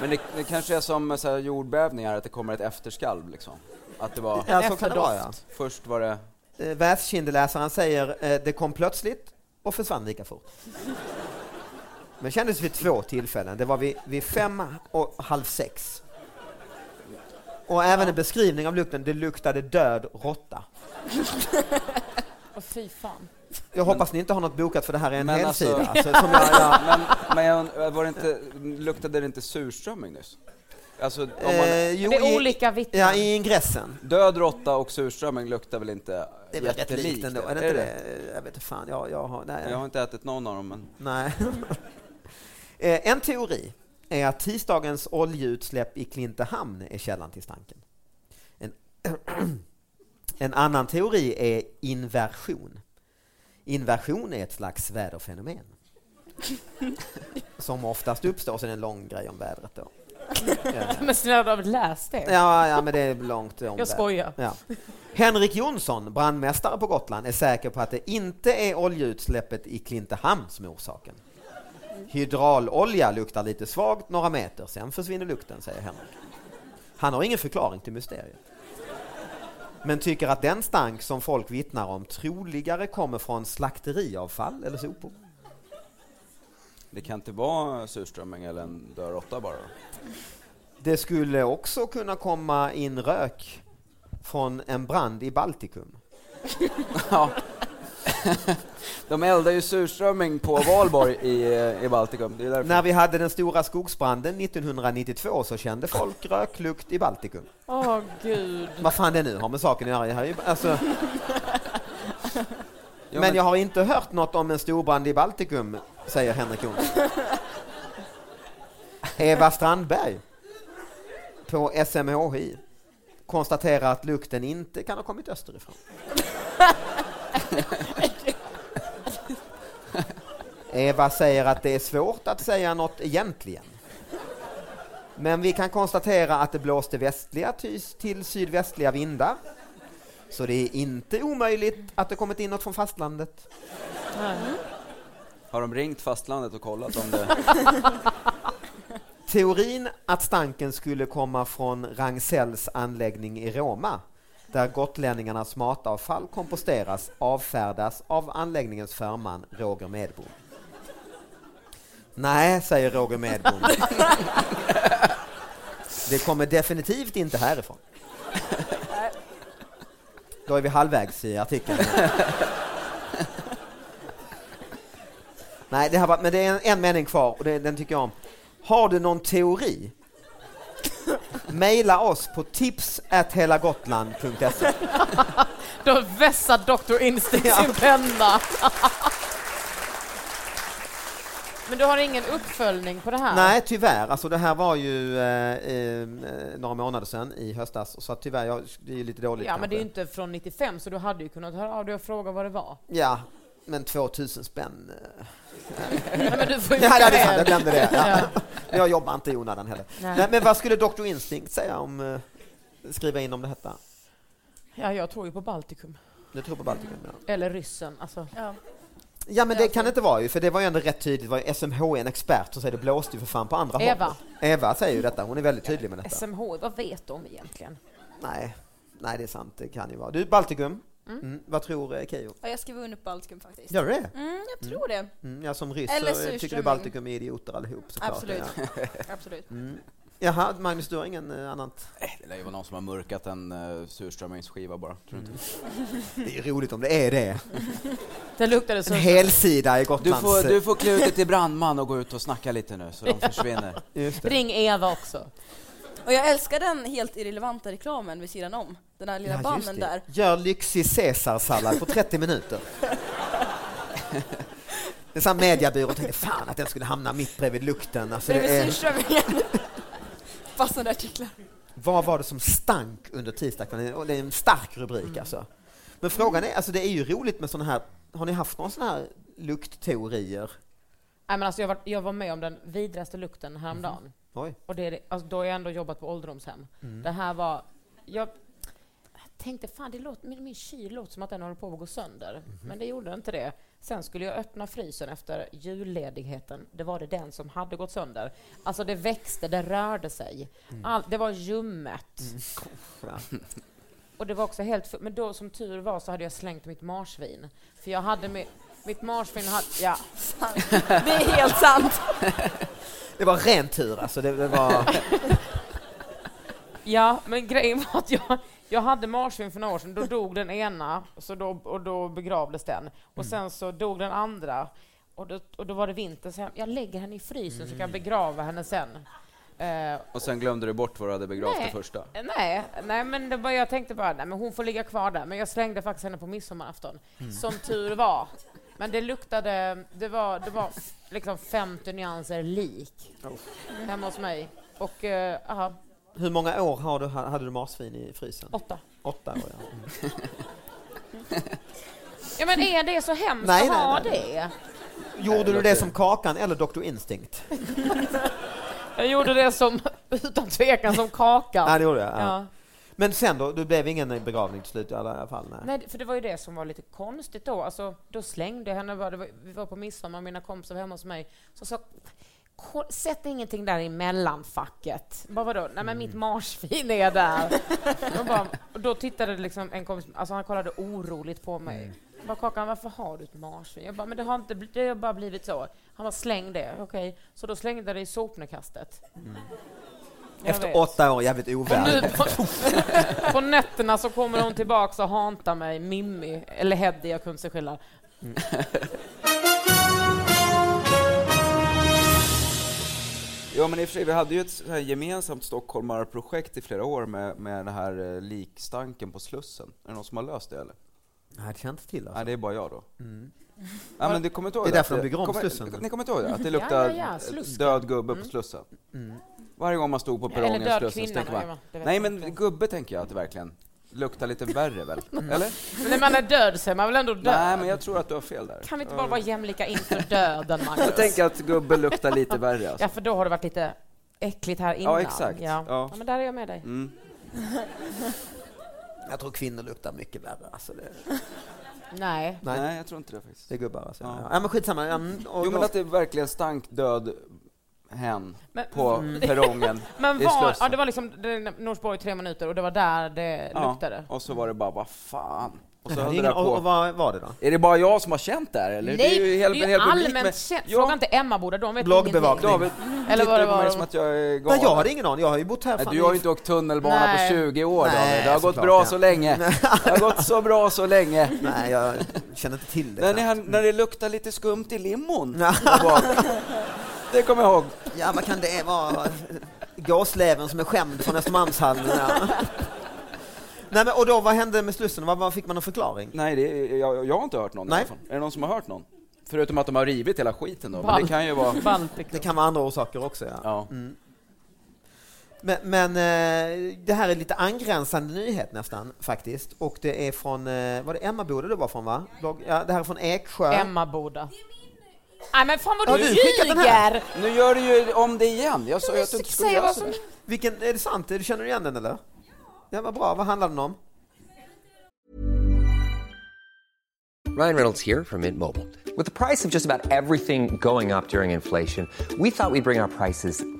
Speaker 4: Men det, det kanske är som så här, jordbävningar, att det kommer ett efterskalv liksom. Att det var...
Speaker 2: Ja, så kan det vara, ja.
Speaker 4: Först var det...
Speaker 2: Eh, Väskindeläsaren säger eh, det kom plötsligt och försvann lika fort. Men kändes vid två tillfällen. Det var vid, vid fem och halv sex. Och även en beskrivning av lukten. Det luktade död råtta.
Speaker 3: Åh, fy fan.
Speaker 2: Jag hoppas ni inte har något bokat för det här är en
Speaker 4: Men
Speaker 2: helsida.
Speaker 4: alltså-
Speaker 2: Alltså, som jag, jag,
Speaker 4: Men, men jag- var det inte, luktade det inte surströmming nyss? Alltså, om man,
Speaker 2: eh, jo,
Speaker 3: det är
Speaker 2: i-
Speaker 3: olika vittnen.
Speaker 2: Ja, i ingressen.
Speaker 4: död råtta och surströmming luktar väl inte
Speaker 2: Det är väl rätt
Speaker 4: jättelikt,
Speaker 2: likt ändå, är det inte det? Jag vet inte fan, jag, jag har... Nej.
Speaker 4: Jag har inte ätit någon av dem, men
Speaker 2: nej. Eh, en teori är att tisdagens oljeutsläpp i Klintehamn är källan till stanken. En, en annan teori är inversion. Inversion är ett slags väderfenomen. Som oftast uppstår, sen en lång grej om vädret då. Ja.
Speaker 3: Men snälla, du har väl läst det?
Speaker 2: Ja, ja, men det är långt om
Speaker 3: Jag skojar.
Speaker 2: Ja. Henrik Jonsson, brandmästare på Gotland, är säker på att det inte är oljeutsläppet i Klintehamn som är orsaken. Hydraulolja luktar lite svagt några meter, sen försvinner lukten, säger Henrik. Han har ingen förklaring till mysteriet. Men tycker att den stank som folk vittnar om troligare kommer från slakteriavfall eller sopor.
Speaker 4: det kan inte vara surströmming eller en död råtta bara. då.
Speaker 2: Det skulle också kunna komma in rök från en brand i Baltikum.
Speaker 4: De eldar ju surströmming på valborg i, eh, i Baltikum. Det är därför.
Speaker 2: När vi hade den stora skogsbranden 1992 så kände folk röklukt i Baltikum.
Speaker 3: Åh, gud.
Speaker 2: Vad fan det nu har med saken att göra. Det här är ju- Alltså,
Speaker 4: Jo,
Speaker 2: men jag har inte hört något om en storbrand i Baltikum, säger Henrik Jonsson. Eva Strandberg på SMHI konstaterar att lukten inte kan ha kommit österifrån. Eva säger att det är svårt att säga något egentligen. Men vi kan konstatera att det blåste västliga ty- till sydvästliga vindar. Så det är inte omöjligt att det kommit in något från fastlandet.
Speaker 4: Har de ringt fastlandet och kollat om det...
Speaker 2: Teorin att stanken skulle komma från Ragn-Sells anläggning i Roma där gotlänningarnas matavfall komposteras avfärdas av anläggningens förman Roger Medbom. Nej, säger Roger Medbom. Det kommer definitivt inte härifrån. Då är vi halvvägs i artikeln. Nej, det här var, men det är en, en mening kvar och det, den tycker jag om. Har du någon teori? Maila oss på tips.helagotland.se.
Speaker 3: Då vässar Dr. Instinct
Speaker 2: Ja.
Speaker 3: sin penna. Men du har ingen uppföljning på det här?
Speaker 2: Nej, tyvärr. Alltså, det här var ju eh, eh, några månader sedan i höstas, så att tyvärr, jag, det är ju lite dåligt
Speaker 3: Ja, men det är ju
Speaker 2: kanske.
Speaker 3: inte från 95, så du hade ju kunnat höra av dig och fråga vad det var.
Speaker 2: Ja, men 2000 spänn. eh.
Speaker 3: Nej, men du får ju
Speaker 2: Ja, det är
Speaker 3: själv.
Speaker 2: sant, jag glömde det. Ja. Jag jobbar inte i onödan heller.
Speaker 3: Nej.
Speaker 2: Nej, men vad skulle Dr. Instinct säga om eh, skriva in om det detta?
Speaker 3: Ja, jag tror ju på Baltikum.
Speaker 2: Du tror på Baltikum? Ja.
Speaker 3: Eller ryssen, alltså.
Speaker 5: Ja.
Speaker 2: Ja, men det kan det inte vara ju, för det var ju ändå rätt tydligt. Det var ju SMH, en expert, som säger det blåste ju för fan på andra
Speaker 3: Eva.
Speaker 2: hållet. Eva säger ju detta, hon är väldigt tydlig med detta.
Speaker 3: SMH, vad vet de egentligen?
Speaker 2: Nej, nej det är sant, det kan ju vara. Du, Baltikum, mm. vad tror eh, Keyyo?
Speaker 5: Ja, jag skrev under på Baltikum faktiskt.
Speaker 2: Gör du det?
Speaker 5: Mm, jag tror det.
Speaker 2: Mm, ja, som ryss
Speaker 5: Eller
Speaker 2: så eh, tycker du
Speaker 5: surströmming.
Speaker 2: Baltikum är idioter allihop såklart.
Speaker 5: Absolut.
Speaker 2: Ja.
Speaker 5: Absolut.
Speaker 2: Jaha, Magnus, du har ingen eh, annat?
Speaker 4: Det lär ju vara någon som har mörkat en uh, surströmmingsskiva bara. Tror du, inte?
Speaker 2: Det är ju roligt om det är det.
Speaker 3: Det luktade så...
Speaker 2: En helsida i
Speaker 4: du
Speaker 2: Gotlands...
Speaker 4: får, du får klä ut dig till brandman och gå ut och snacka lite nu så de försvinner.
Speaker 2: eh, Just det.
Speaker 3: Ring Eva också.
Speaker 5: Och jag älskar den helt irrelevanta reklamen vid sidan om. Den här lilla
Speaker 2: Ja, just
Speaker 5: banden
Speaker 2: det.
Speaker 5: där.
Speaker 2: Gör lyxig caesarsallad på 30 minuter. Det är sån mediabyrån tänkte fan att den skulle hamna mitt bredvid lukten. Alltså, det
Speaker 5: Bredvid
Speaker 2: är,
Speaker 5: surströmmingen. Passande artiklar.
Speaker 2: Vad var det som stank under tisdagskvällen? Och Det är en stark rubrik alltså. Men frågan är, alltså det är ju roligt med sådana här, har ni haft några sådana här luktteorier?
Speaker 3: Nej, men alltså jag, var, jag var med om den vidraste lukten häromdagen.
Speaker 2: Oj.
Speaker 3: Och det är, det- alltså, då har jag ändå jobbat på ålderdomshem. Det här var... Jag tänkte, fan, det låter, min, min kyl låter som att den håller på att gå sönder. Men det gjorde inte det. Sen skulle jag öppna frysen efter julledigheten. Det var det den som hade gått sönder. Alltså, det växte, det rörde sig. Allt, det var ljummet.
Speaker 2: Ja.
Speaker 3: Och det var också helt fu- Men då, som tur var, så hade jag slängt mitt marsvin. För jag hade med, mitt marsvin... Hade, ja.
Speaker 5: Det är helt sant.
Speaker 2: Det var ren tur alltså. Det, det var,
Speaker 3: Ja, men grejen var att jag, jag hade marsvin för några år sedan. Då dog den ena så då, och då begravdes den. Och sen så dog den andra och då, och då var det vinter. Så jag, jag lägger henne i frysen så kan jag begrava henne sen. Eh,
Speaker 4: Och sen glömde du bort vad du hade begravt det
Speaker 3: Nej.
Speaker 4: första.
Speaker 3: nej, nej, men det var, jag tänkte bara nej, men hon får ligga kvar där. Men jag slängde faktiskt henne på midsommarafton, som tur var. Men det luktade, det var, det var liksom 50 nyanser lik hemma hos mig. Och, eh, aha,
Speaker 2: hur många år har du, hade du marsvin i frysen?
Speaker 3: åtta.
Speaker 2: Åtta år, ja. Mm.
Speaker 3: Ja, men är det så hemskt
Speaker 2: Nej,
Speaker 3: att
Speaker 2: nej,
Speaker 3: ha
Speaker 2: nej,
Speaker 3: det?
Speaker 2: Gjorde du det som Kakan eller Dr Instinct?
Speaker 3: Jag gjorde det som, utan tvekan, som kakan.
Speaker 2: Ja, det gjorde jag. Ja.
Speaker 3: Ja.
Speaker 2: Men sen då, det blev ingen begravning till slut i alla fall? Nej.
Speaker 3: Nej, för det var ju det som var lite konstigt då. Alltså, då slängde jag henne. bara. Det var, vi var på midsommar, mina kompisar var hemma hos mig. Så sa "Ko- sätt ingenting där i mellanfacket. Bara vadå? Nej men mitt marsvin är där. och, bara, och då tittade liksom en kompis, alltså han kollade oroligt på mig. Bara Kakan, varför har du ett marsvin? Jag bara, men det har, inte, bl- det har bara blivit så. Han bara, släng det. Okej. Så då slängde jag det i sopnedkastet. Jag vet.
Speaker 2: Efter åtta år, jävligt
Speaker 3: Nu
Speaker 2: ovärdigt.
Speaker 3: på, på nätterna så kommer hon tillbaka och hantar mig, Mimmi, eller Heddy, jag kunde inte skilja.
Speaker 4: Ja men i och för sig, vi hade ju ett så här gemensamt Stockholmarprojekt i flera år med, med den här eh, likstanken på Slussen. Är det någon som har löst det eller?
Speaker 2: Nej, det känns inte till alltså.
Speaker 4: Nej, det är bara jag då. Ja, men du kommer inte ihåg
Speaker 2: Mm. Det är därför de
Speaker 4: att
Speaker 2: bygger om
Speaker 4: kommer-
Speaker 2: Slussen.
Speaker 4: Ni kommer inte ihåg det? Att det luktar
Speaker 3: ja, ja, slusk.
Speaker 4: död gubbe
Speaker 2: Mm.
Speaker 4: på Slussen. Varje gång man stod på perrongen
Speaker 3: död
Speaker 4: Slussen så
Speaker 3: kvinna,
Speaker 4: tänker man,
Speaker 3: ja, men det vet
Speaker 4: nej
Speaker 3: jag
Speaker 4: men gubbe tänker jag att det verkligen luktar lite värre väl? Eller?
Speaker 3: Men när man är död så är man väl ändå död?
Speaker 4: Nej, men jag tror att du har fel där.
Speaker 3: Kan vi inte bara vara jämlika inför döden,
Speaker 4: Jag
Speaker 3: Magnus?
Speaker 4: tänker att gubbe luktar lite värre alltså.
Speaker 3: Ja, för då har det varit lite äckligt här innan.
Speaker 4: exakt.
Speaker 3: Ja.
Speaker 4: Ja. Mm.
Speaker 3: Ja. men där är jag med dig.
Speaker 2: Jag tror kvinnor luktar mycket värre. Alltså det,
Speaker 3: Nej.
Speaker 2: Nej.
Speaker 4: Nej, jag tror inte det faktiskt.
Speaker 2: det är gubbar alltså. Ja.
Speaker 4: Ja.
Speaker 2: Ja, men skitsamma. Ja, mm, och
Speaker 4: Jo men
Speaker 2: då-
Speaker 4: att det verkligen stank död hen
Speaker 3: Men- Mm.
Speaker 4: på perrongen
Speaker 3: Men
Speaker 4: i
Speaker 3: var,
Speaker 4: Slussen.
Speaker 3: ja, det var liksom det- Norsborg i tre minuter och det var där det
Speaker 4: Ja,
Speaker 3: luktade.
Speaker 4: Och så var det bara, vad fan? Och så
Speaker 2: det är
Speaker 4: höll det
Speaker 2: ingen-
Speaker 4: där
Speaker 2: och, och
Speaker 4: på.
Speaker 2: vad var det då?
Speaker 4: Är det bara jag som har känt det här eller?
Speaker 3: Nej,
Speaker 4: ju hel-
Speaker 3: det är
Speaker 4: en
Speaker 3: ju
Speaker 4: hel publik med-
Speaker 3: allmänt känt.
Speaker 4: Ja,
Speaker 3: Fråga inte Emmaboda, de vet
Speaker 2: Bloggbevakning.
Speaker 3: ingenting.
Speaker 4: David,
Speaker 3: Eller
Speaker 4: tittar
Speaker 3: vad
Speaker 4: du
Speaker 3: det
Speaker 4: på mig
Speaker 3: var.
Speaker 4: som att jag är galen?
Speaker 2: Nej, jag hade ingen aning. Jag har ju bott här.
Speaker 4: Nej,
Speaker 2: fan
Speaker 4: du
Speaker 2: i-
Speaker 4: har ju inte åkt tunnelbana
Speaker 3: Nej.
Speaker 4: på 20 år
Speaker 2: Nej,
Speaker 4: David. Det har gått
Speaker 2: såklart,
Speaker 4: bra
Speaker 2: ja.
Speaker 4: så länge. Det har gått så bra så länge.
Speaker 2: Nej, jag känner inte till det.
Speaker 4: När, ni,
Speaker 2: knappt.
Speaker 4: när det luktar lite skumt i limon. där bak. det kommer jag ihåg.
Speaker 2: Ja, vad kan det vara? Gåsleven som är skämd från Östermalmshallen. Ja. Nej, men, och då, vad hände med Slussen? Vad, vad fick man en förklaring?
Speaker 4: Nej, det är, jag, jag har inte hört någon
Speaker 2: Nej.
Speaker 4: i alla fall. Är det någon som har hört någon? Förutom att de har rivit hela skiten då. Men
Speaker 3: Ball.
Speaker 4: det kan ju vara...
Speaker 3: Baltikum.
Speaker 2: Det kan vara andra orsaker också. Ja.
Speaker 4: Ja.
Speaker 2: Men, men eh, det här är lite angränsande nyhet nästan faktiskt. Och det är från, eh, var det Emmaboda du var från va? Blogg- Ja, det här är från Eksjö.
Speaker 3: Emma Boda. Nej men fan vad
Speaker 2: Har
Speaker 3: du,
Speaker 2: du skickat den här?
Speaker 3: ljuger!
Speaker 4: Nu gör du ju om det igen. Jag sa ju att du inte skulle
Speaker 3: Säg
Speaker 4: göra
Speaker 3: vad som...
Speaker 4: sådär.
Speaker 2: Vilken, är det sant? Du Känner du igen den eller? Ja, vad bra. Vad handlar den om?
Speaker 6: Ryan Reynolds here from Mint Mobile. With the price of just about everything going up during inflation, we thought we'd bring our prices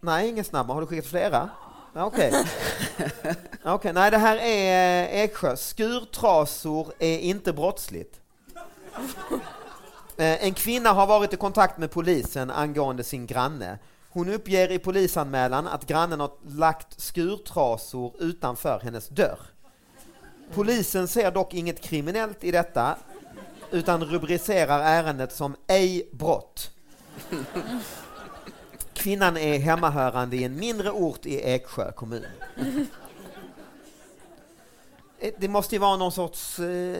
Speaker 2: Nej, ingen snabb. Har du skickat flera? Ja, Okej. Ja, Okej, nej det här är eh, Eksjö. Skurtrasor är inte brottsligt. Eh, En kvinna har varit i kontakt med polisen angående sin granne. Hon uppger i polisanmälan att grannen har lagt skurtrasor utanför hennes dörr. Polisen ser dock inget kriminellt i detta utan rubricerar ärendet som ej brott. Kvinnan är hemmahörande i en mindre ort i Eksjö kommun. Eh, Det måste ju vara någon sorts eh,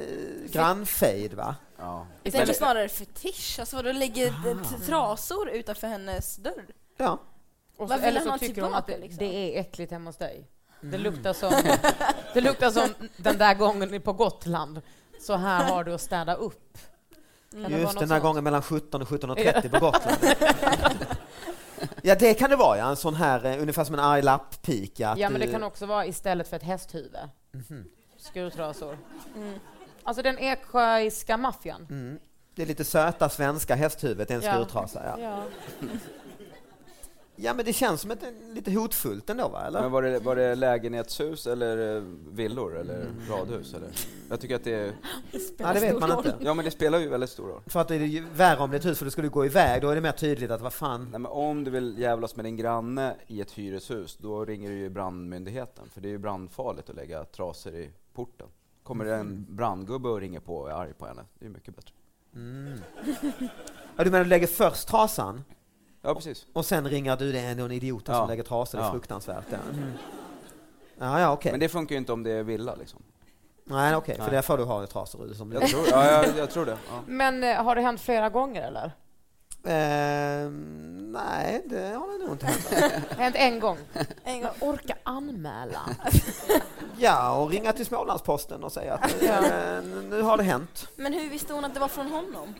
Speaker 2: grannfejd, va?
Speaker 5: Jag tänker snarare fetisch. Alltså vadå, ligger det
Speaker 2: Ah.
Speaker 5: trasor utanför hennes dörr?
Speaker 2: Ja.
Speaker 3: Och så,
Speaker 5: Vad vill
Speaker 3: eller
Speaker 5: han
Speaker 3: så
Speaker 5: ha
Speaker 3: tycker hon att det,
Speaker 5: tillbaka, liksom?
Speaker 3: det är äckligt hemma hos dig. Det luktar, som, det luktar som den där gången på Gotland. Så här har du att städa upp. Kan
Speaker 5: Mm.
Speaker 3: det vara
Speaker 2: Just
Speaker 3: något
Speaker 2: den här
Speaker 3: sånt?
Speaker 2: gången mellan 17 och 17.30 på Gotland. ja, det kan det vara, ja. En sån här, eh, ungefär som en arg lapp-pika. att eh,
Speaker 3: Ja, men det
Speaker 2: du-
Speaker 3: kan också vara istället för ett hästhuvud. Skurtrasor. Mhm.
Speaker 5: Mm.
Speaker 3: Alltså den Eksjöiska maffian.
Speaker 2: det är lite söta svenska hästhuvudet, en
Speaker 3: Ja.
Speaker 2: skurtrasa. Ja.
Speaker 3: Ja.
Speaker 2: ja, men det känns som ett, eh, lite hotfullt ändå, va? Eller?
Speaker 4: Men var det, var det lägenhetshus eller eh, villor eller radhus eller? Jag tycker att det är...
Speaker 2: Ja, det vet man inte.
Speaker 4: Ja men det spelar ju väldigt stor roll.
Speaker 2: För att det är ju värre om det är ett hus, för då skulle du gå iväg. Då är det mer tydligt att vad fan,
Speaker 4: Nej, men om du vill jävlas med din granne i ett hyreshus, då ringer du ju brandmyndigheten. För det är ju brandfarligt att lägga trasor i porten. Kommer det en brandgubbe och ringer på och är arg på henne, det är ju mycket bättre.
Speaker 2: Ja, du menar du lägger först trasan
Speaker 4: Ja precis.
Speaker 2: och sen ringar du det är ändå en idiot här
Speaker 4: Ja.
Speaker 2: som lägger trasor, det är
Speaker 4: Ja.
Speaker 2: fruktansvärt. Ja, mm. ja, ja okej.
Speaker 4: Men det funkar ju inte om det är villa liksom.
Speaker 2: Nej, okej, för
Speaker 4: Nej.
Speaker 2: där får du ha trasor som
Speaker 4: Jag tror, ja, jag, jag tror det. Ja.
Speaker 3: Men eh, har det hänt flera gånger eller?
Speaker 2: Ehm, nej, det har det nog inte hänt.
Speaker 3: Hänt en gång?
Speaker 5: En gång.
Speaker 3: Orka anmäla.
Speaker 2: Ja, och ringa till Smålandsposten och säga att eh, nu har det hänt.
Speaker 5: Men hur visste hon att det var från honom?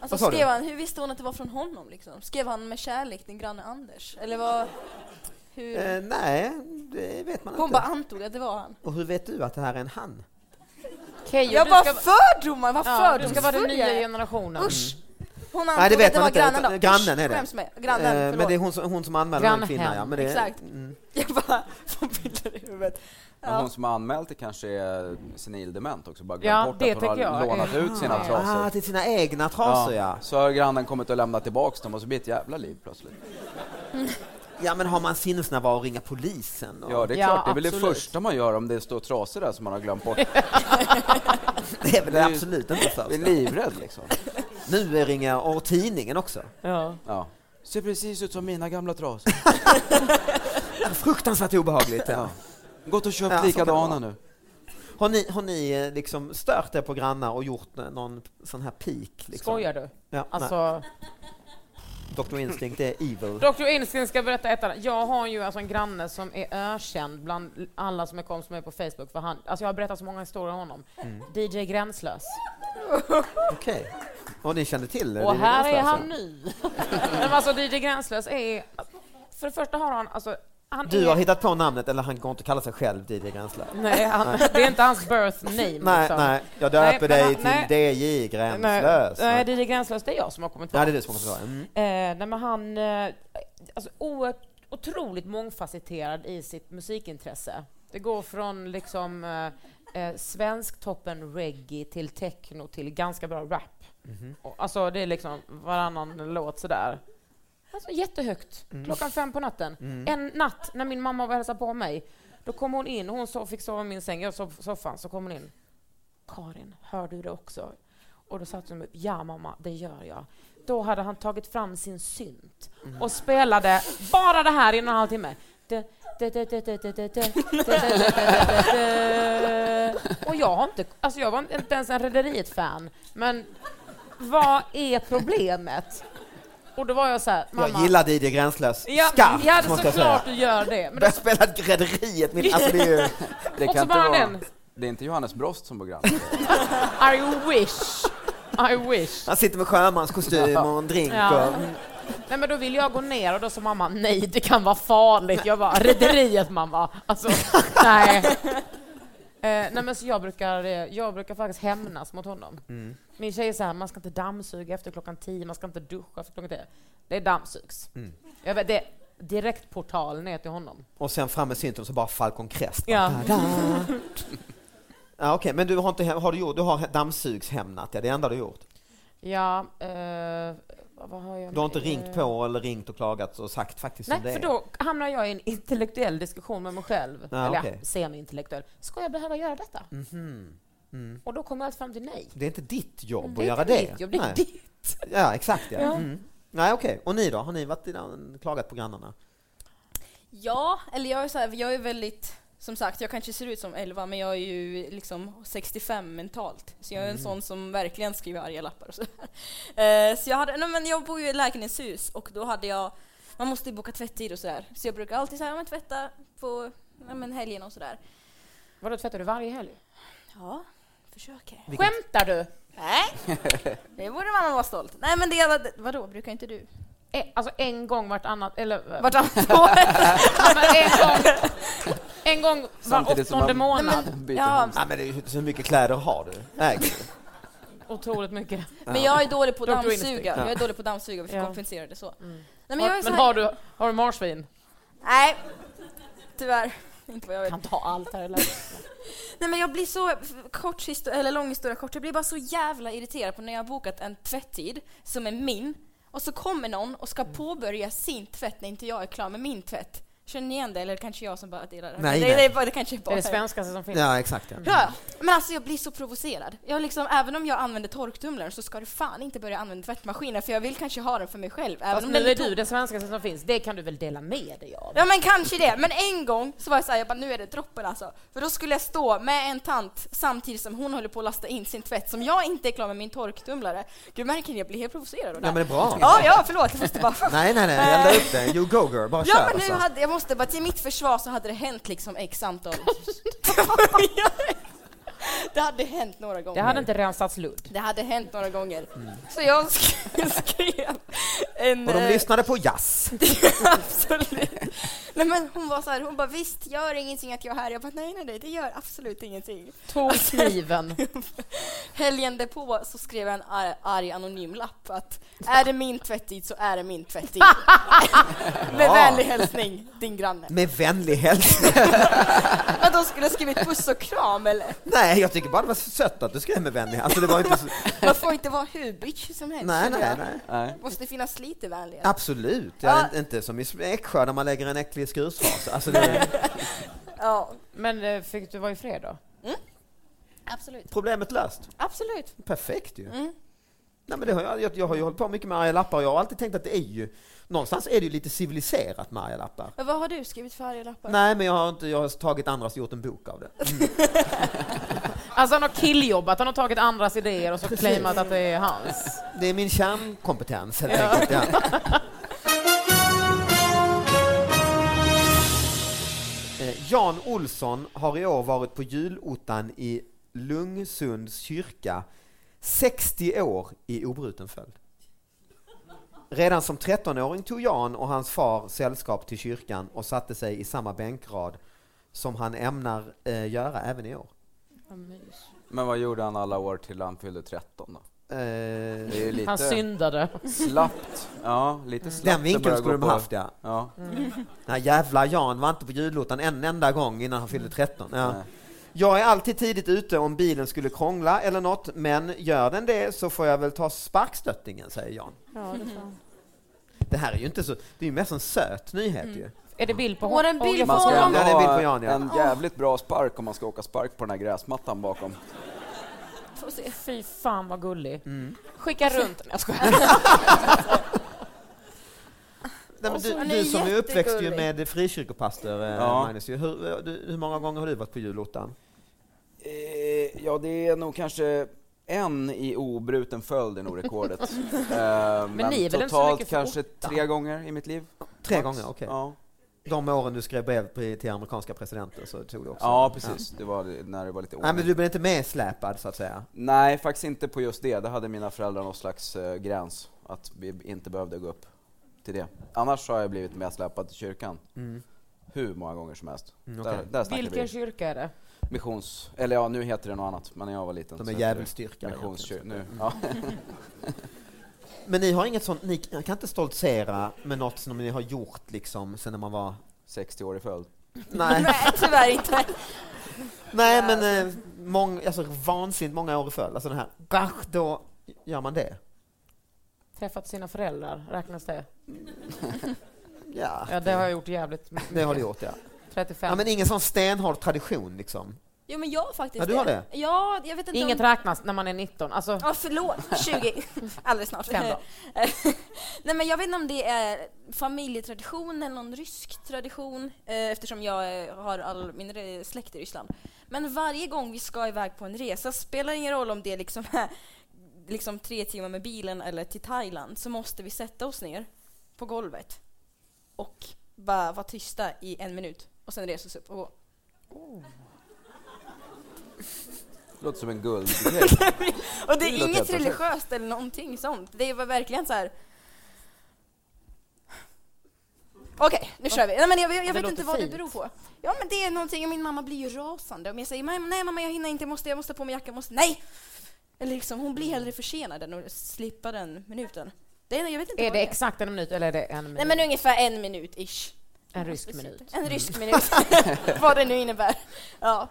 Speaker 5: Alltså
Speaker 2: Vad sa du?
Speaker 5: skrev han, hur visste hon att det var från honom liksom? Skrev han med kärlek din granne Anders? Eller vad? Hur?
Speaker 2: Eh, nej, det vet man
Speaker 5: hon
Speaker 2: inte.
Speaker 5: bara antog att det var han.
Speaker 2: Och hur vet du att det här är en han?
Speaker 3: Keyyo,
Speaker 5: Jag
Speaker 3: du
Speaker 5: bara
Speaker 3: ska-
Speaker 5: fördomar, vad
Speaker 3: Ja, du ska vara den
Speaker 5: fördomsfull jag
Speaker 3: nya
Speaker 5: är.
Speaker 3: generationen. Mm.
Speaker 5: Usch! Hon antog
Speaker 2: Nej, det vet
Speaker 5: att det
Speaker 2: man
Speaker 5: var
Speaker 2: inte.
Speaker 5: grannen
Speaker 2: utan-
Speaker 5: då.
Speaker 2: Grannen är
Speaker 5: Usch,
Speaker 2: det.
Speaker 5: skäms mig. Grannen,
Speaker 2: Eh,
Speaker 5: förlåt.
Speaker 2: men det är hon som, hon som anmäler en
Speaker 3: Grannhem.
Speaker 2: kvinna. Ja, men det,
Speaker 5: Exakt.
Speaker 2: Mm.
Speaker 5: Jag bara får bilder i huvudet.
Speaker 4: Men
Speaker 5: Ja.
Speaker 4: hon som har anmält det kanske är senildement också, bara
Speaker 3: Ja,
Speaker 4: glömt bort
Speaker 3: det
Speaker 4: att hon har
Speaker 3: tycker jag
Speaker 4: lånat
Speaker 3: är-
Speaker 4: ut sina
Speaker 2: Ah,
Speaker 4: trasor.
Speaker 2: till sina egna trasor, Alltså, ja.
Speaker 4: Så har grannen kommit och lämnat tillbaks dem och så blir det ett jävla liv plötsligt.
Speaker 2: Ja, men har man sinnesnärvaro att ringa polisen? Och...
Speaker 4: Ja, det är
Speaker 3: Ja,
Speaker 4: klart. Det är väl det
Speaker 3: absolut.
Speaker 4: första man gör om det står trasor där som man har glömt bort.
Speaker 2: Det är väl
Speaker 4: Det är ju-
Speaker 2: absolut inte
Speaker 4: Jag är
Speaker 2: först.
Speaker 4: livrädd liksom.
Speaker 2: Nu ringer och tidningen också.
Speaker 3: Ja.
Speaker 4: Ja. Ser precis ut som mina gamla trasor.
Speaker 2: Fruktansvärt obehagligt. Ja.
Speaker 4: Gått och köpt
Speaker 2: Ja, så kan det vara.
Speaker 4: likadana nu.
Speaker 2: Har ni, har ni eh, liksom stört er på grannar och gjort eh, någon sån här peak? Liksom?
Speaker 3: Skojar du?
Speaker 2: Ja, nej.
Speaker 3: Alltså,
Speaker 2: Dr. Instinct är evil.
Speaker 3: Dr. Instinct ska berätta ett annat. Jag har ju alltså en granne som är ökänd bland alla som är kompis med på Facebook. För han, alltså jag har berättat så många historier om honom.
Speaker 2: Mm.
Speaker 3: DJ Gränslös.
Speaker 2: Okej. Och ni kände till det?
Speaker 3: Och
Speaker 2: Det alltså.
Speaker 3: här är
Speaker 2: någonstans,
Speaker 3: han ny. Men alltså DJ Gränslös är... För det första har han... Alltså, han
Speaker 2: Du
Speaker 3: är,
Speaker 2: har hittat på namnet, eller han går inte att kalla sig själv DJ Gränslöv.
Speaker 3: Nej, han, det är inte hans birth name.
Speaker 2: Nej,
Speaker 3: liksom.
Speaker 2: nej, jag
Speaker 3: Nej,
Speaker 2: döper
Speaker 3: men
Speaker 2: dig
Speaker 3: han-
Speaker 2: till
Speaker 3: nej.
Speaker 2: DJ Gränslös.
Speaker 3: Nej,
Speaker 2: Nej,
Speaker 3: DJ Gränslös, det är jag som har kommit på
Speaker 2: Ja, det är du som kommer vara. Mm.
Speaker 3: Eh, nej, men han eh, alltså, o- otroligt mångfacetterad i sitt musikintresse. Det går från liksom, eh, eh, svensktoppen reggae till techno till ganska bra rap. Och, alltså, det är liksom varannan låt sådär. Alltså, jättehögt, klockan fem på natten. En natt när min mamma var och hälsade på mig, då kom hon in. Hon sov, fick sova i min säng, jag sov på soffan. Så kom hon in. Karin, hör du det också? Och då satt hon upp, ja mamma, det gör jag. Då hade han tagit fram sin synt
Speaker 2: Mm.
Speaker 3: och spelade bara det här i en och en halv timme. Du, du, du, du, du, du, du, du, du, du, du, du, du. Och jag har inte, alltså jag var inte ens en Rederiet-fan, men vad är problemet? Och då var jag så här, mamma.
Speaker 2: Jag gillar DJ Gränslös
Speaker 3: ja,
Speaker 2: skarpt,
Speaker 3: ja, det är
Speaker 2: måste jag säga.
Speaker 3: såklart du gör det. Men då,
Speaker 2: Börjar spela Rederiet, min- alltså det är ju...
Speaker 4: Det
Speaker 3: Och så
Speaker 4: kan inte
Speaker 3: bara
Speaker 4: vara...
Speaker 3: den.
Speaker 4: Det är inte Johannes Brost som bor granne.
Speaker 3: I wish, I wish.
Speaker 2: Han sitter med sjömanskostym och en drink
Speaker 3: Ja.
Speaker 2: och...
Speaker 3: Nej men då vill jag gå ner och då sa mamma nej det kan vara farligt. Jag bara rederiet mamma. Alltså nej. Eh, nej men så jag brukar, eh, jag brukar faktiskt hämnas mot honom.
Speaker 2: Mm.
Speaker 3: Min tjej är så här, man ska inte dammsuga efter klockan tio, man ska inte duscha efter klockan tio. Det är dammsugs.
Speaker 2: Mm.
Speaker 3: Jag vet, det är direktportal ner till honom.
Speaker 2: Och sen fram med synten så bara Falcon Crest.
Speaker 3: Ja.
Speaker 2: Ja, Okej, men du har, inte, hem- har du, gjort, du har dammsugshämnat, ja, det är det enda du gjort.
Speaker 3: Ja, eh, vad har jag
Speaker 2: Du har inte
Speaker 3: med?
Speaker 2: ringt på eller ringt och klagat och sagt faktiskt
Speaker 3: Nej,
Speaker 2: som det
Speaker 3: för
Speaker 2: är.
Speaker 3: då hamnar jag i en intellektuell diskussion med mig själv.
Speaker 2: Ja,
Speaker 3: Eller
Speaker 2: okej.
Speaker 3: ja, semi-intellektuell. Ska jag behöva göra detta? Och då kommer jag fram till nej.
Speaker 2: Det är inte ditt jobb
Speaker 3: Det
Speaker 2: Mm. att
Speaker 3: är
Speaker 2: göra
Speaker 3: inte
Speaker 2: det.
Speaker 3: mitt jobb, det är
Speaker 2: Nej.
Speaker 3: ditt.
Speaker 2: Ja, exakt. Ja.
Speaker 3: Ja.
Speaker 2: Mm. Nej, okej. Och ni då? Har ni varit i den och klagat på grannarna?
Speaker 5: Ja, eller jag är så här, jag är väldigt, som sagt, jag kanske ser ut som 11 men jag är ju liksom 65 mentalt. Så jag
Speaker 2: Mm.
Speaker 5: är en sån som verkligen skriver arga lappar och så. Eh, så jag hade, nej, men jag bor ju i lägenhetshus och då hade jag, man måste ju boka tvättid och sådär. Så jag brukar alltid säga, ja men tvätta på ja, men helgen och sådär.
Speaker 3: Vadå, tvättar du varje helg?
Speaker 5: Ja, försöker.
Speaker 3: Skämtar du?
Speaker 5: Nej, det borde man vara stolt. Nej men det, är- vadå, brukar inte du?
Speaker 3: E- alltså en gång vartannat, eller
Speaker 5: Vartannat år?
Speaker 3: Ja, men en gång, en gång var
Speaker 4: Samtidigt som
Speaker 3: åttonde
Speaker 4: man-
Speaker 3: månad.
Speaker 4: Byter
Speaker 5: Ja.
Speaker 4: hamster.
Speaker 2: Ja, men det är ju- hur mycket kläder har du? Nej, gud.
Speaker 3: Otroligt mycket.
Speaker 5: Men jag är dålig på att
Speaker 3: Dr.
Speaker 5: dammsuga.
Speaker 3: Instinct.
Speaker 5: Jag är dålig på att dammsuga, vi får
Speaker 3: Ja.
Speaker 5: kompensera det så. Nej, men jag är
Speaker 3: Men,
Speaker 5: så här,
Speaker 3: har du, har du marsvin?
Speaker 5: Nej, tyvärr. Inte vad jag vet.
Speaker 3: Kan ta allt här eller?
Speaker 5: Nej men jag blir så, f- kort histo- eller lång historia kort, jag blir bara så jävla irriterad på när jag har bokat en tvätttid som är min och så kommer någon och
Speaker 3: Mm.
Speaker 5: ska påbörja sin tvätt när inte jag är klar med min tvätt. Känner ni igen det? Eller kanske jag som bara delar det? här?
Speaker 2: Nej,
Speaker 5: det,
Speaker 2: nej.
Speaker 5: Det, är bara- det kanske är
Speaker 3: Det
Speaker 5: bara
Speaker 3: är det svenskaste som finns.
Speaker 2: ja exakt. Ja.
Speaker 5: Ja, ja. men alltså jag blir så provocerad. Jag liksom, även om jag använder torktumlaren så ska du fan inte börja använda tvättmaskinen för jag vill kanske ha den för mig själv. Även
Speaker 3: Fast
Speaker 5: om
Speaker 3: nu
Speaker 5: den
Speaker 3: är
Speaker 5: tom.
Speaker 3: du det svenskaste som finns. Det kan du väl dela med dig av?
Speaker 5: Ja men kanske det, men en gång så var jag såhär, jag bara nu är det droppen alltså. För då skulle jag stå med en tant samtidigt som hon håller på att lasta in sin tvätt som jag inte är klar med min torktumlare. Du märker det, jag blir helt provocerad av det.
Speaker 2: Ja, men det är bra.
Speaker 5: Ja, ja, förlåt, jag måste bara...
Speaker 2: Nej, nej, nej. Elda upp det. You go girl. Bara
Speaker 5: Ja
Speaker 2: kör.
Speaker 5: men nu
Speaker 2: alltså.
Speaker 5: hade, jag måste bara, till mitt försvar så hade det hänt liksom x antal... det hade hänt några gånger.
Speaker 3: Det hade inte rensats ludd.
Speaker 5: Det hade hänt några gånger. Så jag sk- skrev en...
Speaker 2: Och de
Speaker 5: eh,
Speaker 2: lyssnade på jazz.
Speaker 5: absolut. Nej men hon var så här, hon bara visst gör ingenting att jag är här. Jag bara nej nej nej det gör absolut ingenting. Alltså,
Speaker 3: Tog kniven.
Speaker 5: Helgen därpå så skrev jag en ar- arg anonym lapp att är det min tvättid så är det min tvättid. Med vänlig hälsning din granne.
Speaker 2: Med vänlig hälsning.
Speaker 5: Att de skulle ha skrivit puss och kram eller?
Speaker 2: Nej, jag tycker bara det var så sött att du skrev med vänlig. Alltså, det var inte så...
Speaker 5: Man får inte vara hur bitch som helst.
Speaker 2: Nej,
Speaker 5: känner
Speaker 2: nej,
Speaker 5: jag.
Speaker 2: nej.
Speaker 5: Måste finnas lite vänlighet.
Speaker 2: Absolut. Ja,
Speaker 5: Ja.
Speaker 2: Inte som i Eksjö där man lägger en äcklig skursvas. Alltså, det...
Speaker 5: Ja,
Speaker 3: Men eh, fick du vara i fred då?
Speaker 5: absolut.
Speaker 2: Problemet löst.
Speaker 5: Absolut.
Speaker 2: Perfekt ju. Nej, men det har jag, jag, jag har ju hållit på mycket med arga lappar och jag har alltid tänkt att det är ju, någonstans är det ju lite civiliserat med arga lappar.
Speaker 5: Men vad har du skrivit för arga lappar?
Speaker 2: Nej, men jag har, inte, jag har tagit andras och gjort en bok av det.
Speaker 3: Alltså han har killjobbat, han har tagit andras idéer och så
Speaker 2: Precis.
Speaker 3: claimat att det är hans.
Speaker 2: Det är min kärnkompetens helt enkelt. Ja. Eh, Jan Olsson har i år varit på julottan i Lungsunds kyrka 60 år i obruten följd. Redan som 13-åring tog Jan och hans far sällskap till kyrkan och satte sig i samma bänkrad som han ämnar eh, göra även i år.
Speaker 4: Men vad gjorde han alla år till han fyllde 13 då?
Speaker 2: Eh,
Speaker 4: Det är ju lite
Speaker 3: Han syndade.
Speaker 4: slappt. Ja, lite slappt.
Speaker 2: den
Speaker 4: att
Speaker 2: vinkeln
Speaker 4: börja
Speaker 2: skulle
Speaker 4: gå
Speaker 2: de
Speaker 4: på-
Speaker 2: haft, ja. Mm.
Speaker 4: Ja.
Speaker 2: Nej, jävla Jan var inte på julottan en enda gång innan han fyllde 13. Ja. Jag är alltid tidigt ute om bilen skulle krångla eller något, men gör den det så får jag väl ta sparkstöttingen, säger Jan. Det här är ju inte så, det är ju mest en söt nyhet
Speaker 5: Mm.
Speaker 2: ju.
Speaker 3: Är det bild på
Speaker 5: Var det en bild
Speaker 3: jag
Speaker 5: på
Speaker 4: Man ska
Speaker 3: förstår.
Speaker 5: honom?
Speaker 4: ändå
Speaker 2: Ja, det är en bild på
Speaker 4: ha
Speaker 2: Jan, ja.
Speaker 4: en jävligt bra spark om man ska åka spark på den här gräsmattan bakom.
Speaker 5: Får se.
Speaker 3: Fy fan vad gullig. Skicka runt den. Jag skojar.
Speaker 2: Nej, men
Speaker 5: så-
Speaker 2: du,
Speaker 5: Han
Speaker 2: du
Speaker 5: är
Speaker 2: som är uppväxt ju
Speaker 5: jättegullig.
Speaker 2: med frikyrkopastor, eh,
Speaker 4: Ja.
Speaker 2: Magnus, ju. hur, du, hur många gånger har du varit på julottan?
Speaker 4: Eh, ja, det är nog kanske en i obruten följd är nog rekordet. Eh, men,
Speaker 3: ni är väl inte så
Speaker 4: totalt
Speaker 3: mycket för
Speaker 4: kanske
Speaker 3: åtta?
Speaker 4: tre gånger i mitt liv.
Speaker 2: Tre
Speaker 4: max.
Speaker 2: gånger, okej.
Speaker 4: Ja.
Speaker 2: De åren du skrev brev pri- till amerikanska presidenter så tog du också?
Speaker 4: ja, precis. Det var det- när det var lite
Speaker 2: Nej, men
Speaker 4: ordning.
Speaker 2: du blev inte medsläpad så att säga?
Speaker 4: Nej, faktiskt inte på just det. Där hade mina föräldrar någon slags eh, gräns. Att vi inte behövde gå upp till det. Annars har jag blivit medsläpad till kyrkan.
Speaker 2: Mm.
Speaker 4: Hur många gånger som helst. Där, där snackar
Speaker 3: Vilken
Speaker 4: vi
Speaker 3: kyrka är det?
Speaker 4: missions... Eller ja, nu heter det något annat, men när jag var liten
Speaker 2: De
Speaker 4: så
Speaker 2: är
Speaker 4: hette det
Speaker 2: djävulsdyrkare.
Speaker 4: Missionskyrka. Nu. Ja.
Speaker 2: Men ni har inget sånt, ni kan inte stoltsera med något som ni har gjort liksom sen när man var...
Speaker 4: 60 år i följd.
Speaker 2: Nej,
Speaker 5: Nej, tyvärr inte.
Speaker 2: nej men eh, mång, alltså, vansinnigt många år i följd. Alltså den här, gosh, då gör man det.
Speaker 3: Träffat sina föräldrar, räknas det?
Speaker 2: Ja,
Speaker 3: Ja, det har jag gjort jävligt
Speaker 2: det har
Speaker 3: mycket.
Speaker 2: du gjort ja.
Speaker 3: 35.
Speaker 2: ja men ingen sån stenhård tradition liksom.
Speaker 5: Jo, men jag har faktiskt
Speaker 2: Ja, du har det.
Speaker 5: Ja, jag vet inte
Speaker 3: Inget
Speaker 5: om...
Speaker 3: räknas när man är 19. Alltså,
Speaker 5: Ja, förlåt. 20. Alldeles snart.
Speaker 3: Fem dagar.
Speaker 5: Nej, men jag vet inte om det är familjetradition eller någon rysk tradition eh, eftersom jag eh, har all min re- släkt i Ryssland. Men varje gång vi ska iväg på en resa spelar ingen roll om det liksom är liksom tre timmar med bilen eller till Thailand så måste vi sätta oss ner på golvet och bara vara tysta i en minut och sen resa oss upp och gå.
Speaker 4: Låter som en guldgrej.
Speaker 5: Och det
Speaker 4: Det låter
Speaker 5: är
Speaker 4: helt
Speaker 5: inget
Speaker 4: perfekt.
Speaker 5: religiöst eller någonting sånt. Det var verkligen så här. Okej, nu kör vi. Nej, men jag, jag, jag vet
Speaker 3: låter
Speaker 5: inte vad
Speaker 3: fint.
Speaker 5: det beror på. Ja, men det är någonting. Min mamma blir ju rasande om jag säger nej, nej mamma, jag hinner inte. Jag måste, jag måste ha på mig jackan. jag Måste. Nej! Eller liksom, hon blir hellre försenad än att slippa den minuten. Det, är- jag vet inte
Speaker 3: är
Speaker 5: vad
Speaker 3: det exakt en minut eller är det en minut?
Speaker 5: Nej, men ungefär en minut ish.
Speaker 3: en rysk minut.
Speaker 5: En rysk minut. vad det nu innebär. Ja.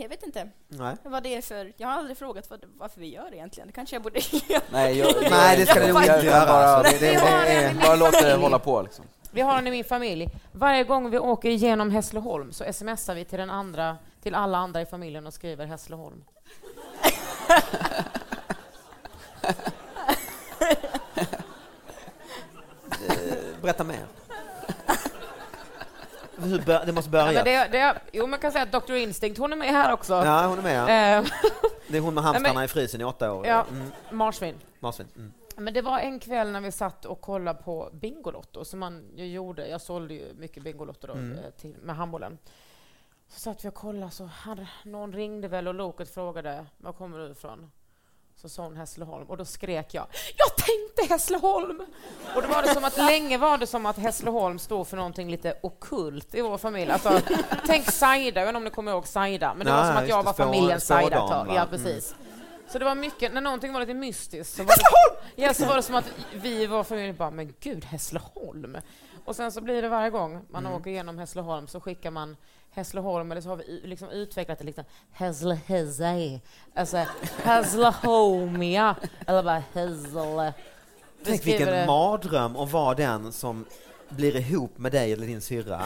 Speaker 5: Jag vet inte
Speaker 2: Nej.
Speaker 5: vad det är för... Jag har aldrig frågat vad, varför vi gör egentligen. Det kanske jag borde göra.
Speaker 4: Nej, jag, jag,
Speaker 2: Nej, det ska
Speaker 4: jag-
Speaker 2: du
Speaker 4: jag-
Speaker 2: inte
Speaker 4: jag-
Speaker 2: göra,
Speaker 4: Bara,
Speaker 2: alltså. Det-
Speaker 4: det,
Speaker 3: det
Speaker 4: det,
Speaker 3: är-
Speaker 4: bara låt det hålla på liksom.
Speaker 3: Vi har en i min familj. Varje gång vi åker igenom Hässleholm så smsar vi till, den andra, till alla andra i familjen och skriver Hässleholm.
Speaker 2: Berätta mer. Hur bör, det måste börja.
Speaker 3: Men det, det, jo, man kan säga att Dr. Instinct, hon är med här också.
Speaker 2: Ja, hon är med. Ja.
Speaker 3: Eh,
Speaker 2: Det är hon med
Speaker 3: Nej,
Speaker 2: hamstrarna
Speaker 3: men-
Speaker 2: i frysen i åtta år.
Speaker 3: ja,
Speaker 2: Mm,
Speaker 3: marsvin.
Speaker 2: marsvin. Mm.
Speaker 3: Men det var en kväll när vi satt och kollade på Bingolotto, som man ju gjorde. Jag sålde ju mycket Bingolotto då,
Speaker 2: Mm.
Speaker 3: eh, till, med handbollen. Så satt vi och kollade, så hade, någon ringde väl och loket frågade var kommer du ifrån? Så sa hon Hässleholm och då skrek jag Jag tänkte Hässleholm! Och då var det som att länge var det som att Hässleholm stod för någonting lite okult i vår familj. Alltså, tänk Saida, jag vet inte om ni kommer ihåg Saida, men det
Speaker 2: Nej,
Speaker 3: var som att
Speaker 2: just
Speaker 3: jag
Speaker 2: det,
Speaker 3: var
Speaker 2: spå-
Speaker 3: familjen Saida ett
Speaker 2: spådam,
Speaker 3: tag.
Speaker 2: va? Mm.
Speaker 3: Ja, precis. Så det var mycket, när någonting var lite mystiskt så var det, ja, så var det som att vi var familjen bara, men gud, Hässleholm. Och sen så blir det varje gång man
Speaker 2: Mm.
Speaker 3: åker igenom Hässleholm så skickar man Hässleholm, eller så har vi u- liksom utvecklat det liksom Hässle-Hässle, alltså Hässleholmia, eller bara Hässle. Vi
Speaker 2: Tänk
Speaker 3: skriver
Speaker 2: vilken
Speaker 3: det-
Speaker 2: mardröm att vara den som blir ihop med dig eller din syrra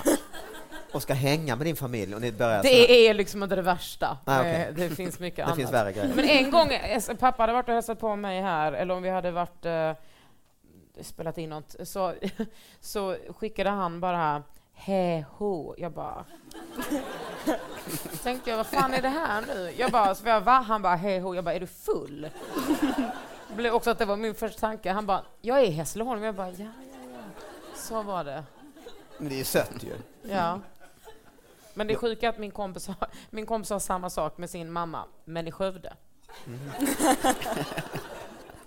Speaker 2: och ska hänga med din familj och ni börjar såna-
Speaker 3: Det är liksom inte det värsta.
Speaker 2: alltså. Nej, okej.
Speaker 3: Eh, Det finns mycket
Speaker 2: Det
Speaker 3: annat.
Speaker 2: finns värre grejer.
Speaker 3: Men en gång, eh, pappa hade varit och hälsat på mig här, eller om vi hade varit eh, spelat in något, så, så skickade han bara hej ho. Jag bara... tänkte jag, vad fan är det här nu? Jag bara, så jag, va? Han bara hej ho. Jag bara, är du full? Det blev också att det var min första tanke. Han bara, jag är i Hässleholm. Jag bara, ja, ja, ja. Så var det.
Speaker 2: Men det är ju sött ju.
Speaker 3: Ja. Men det sjuka är att min kompis, har, min kompis har samma sak med sin mamma, men i Skövde.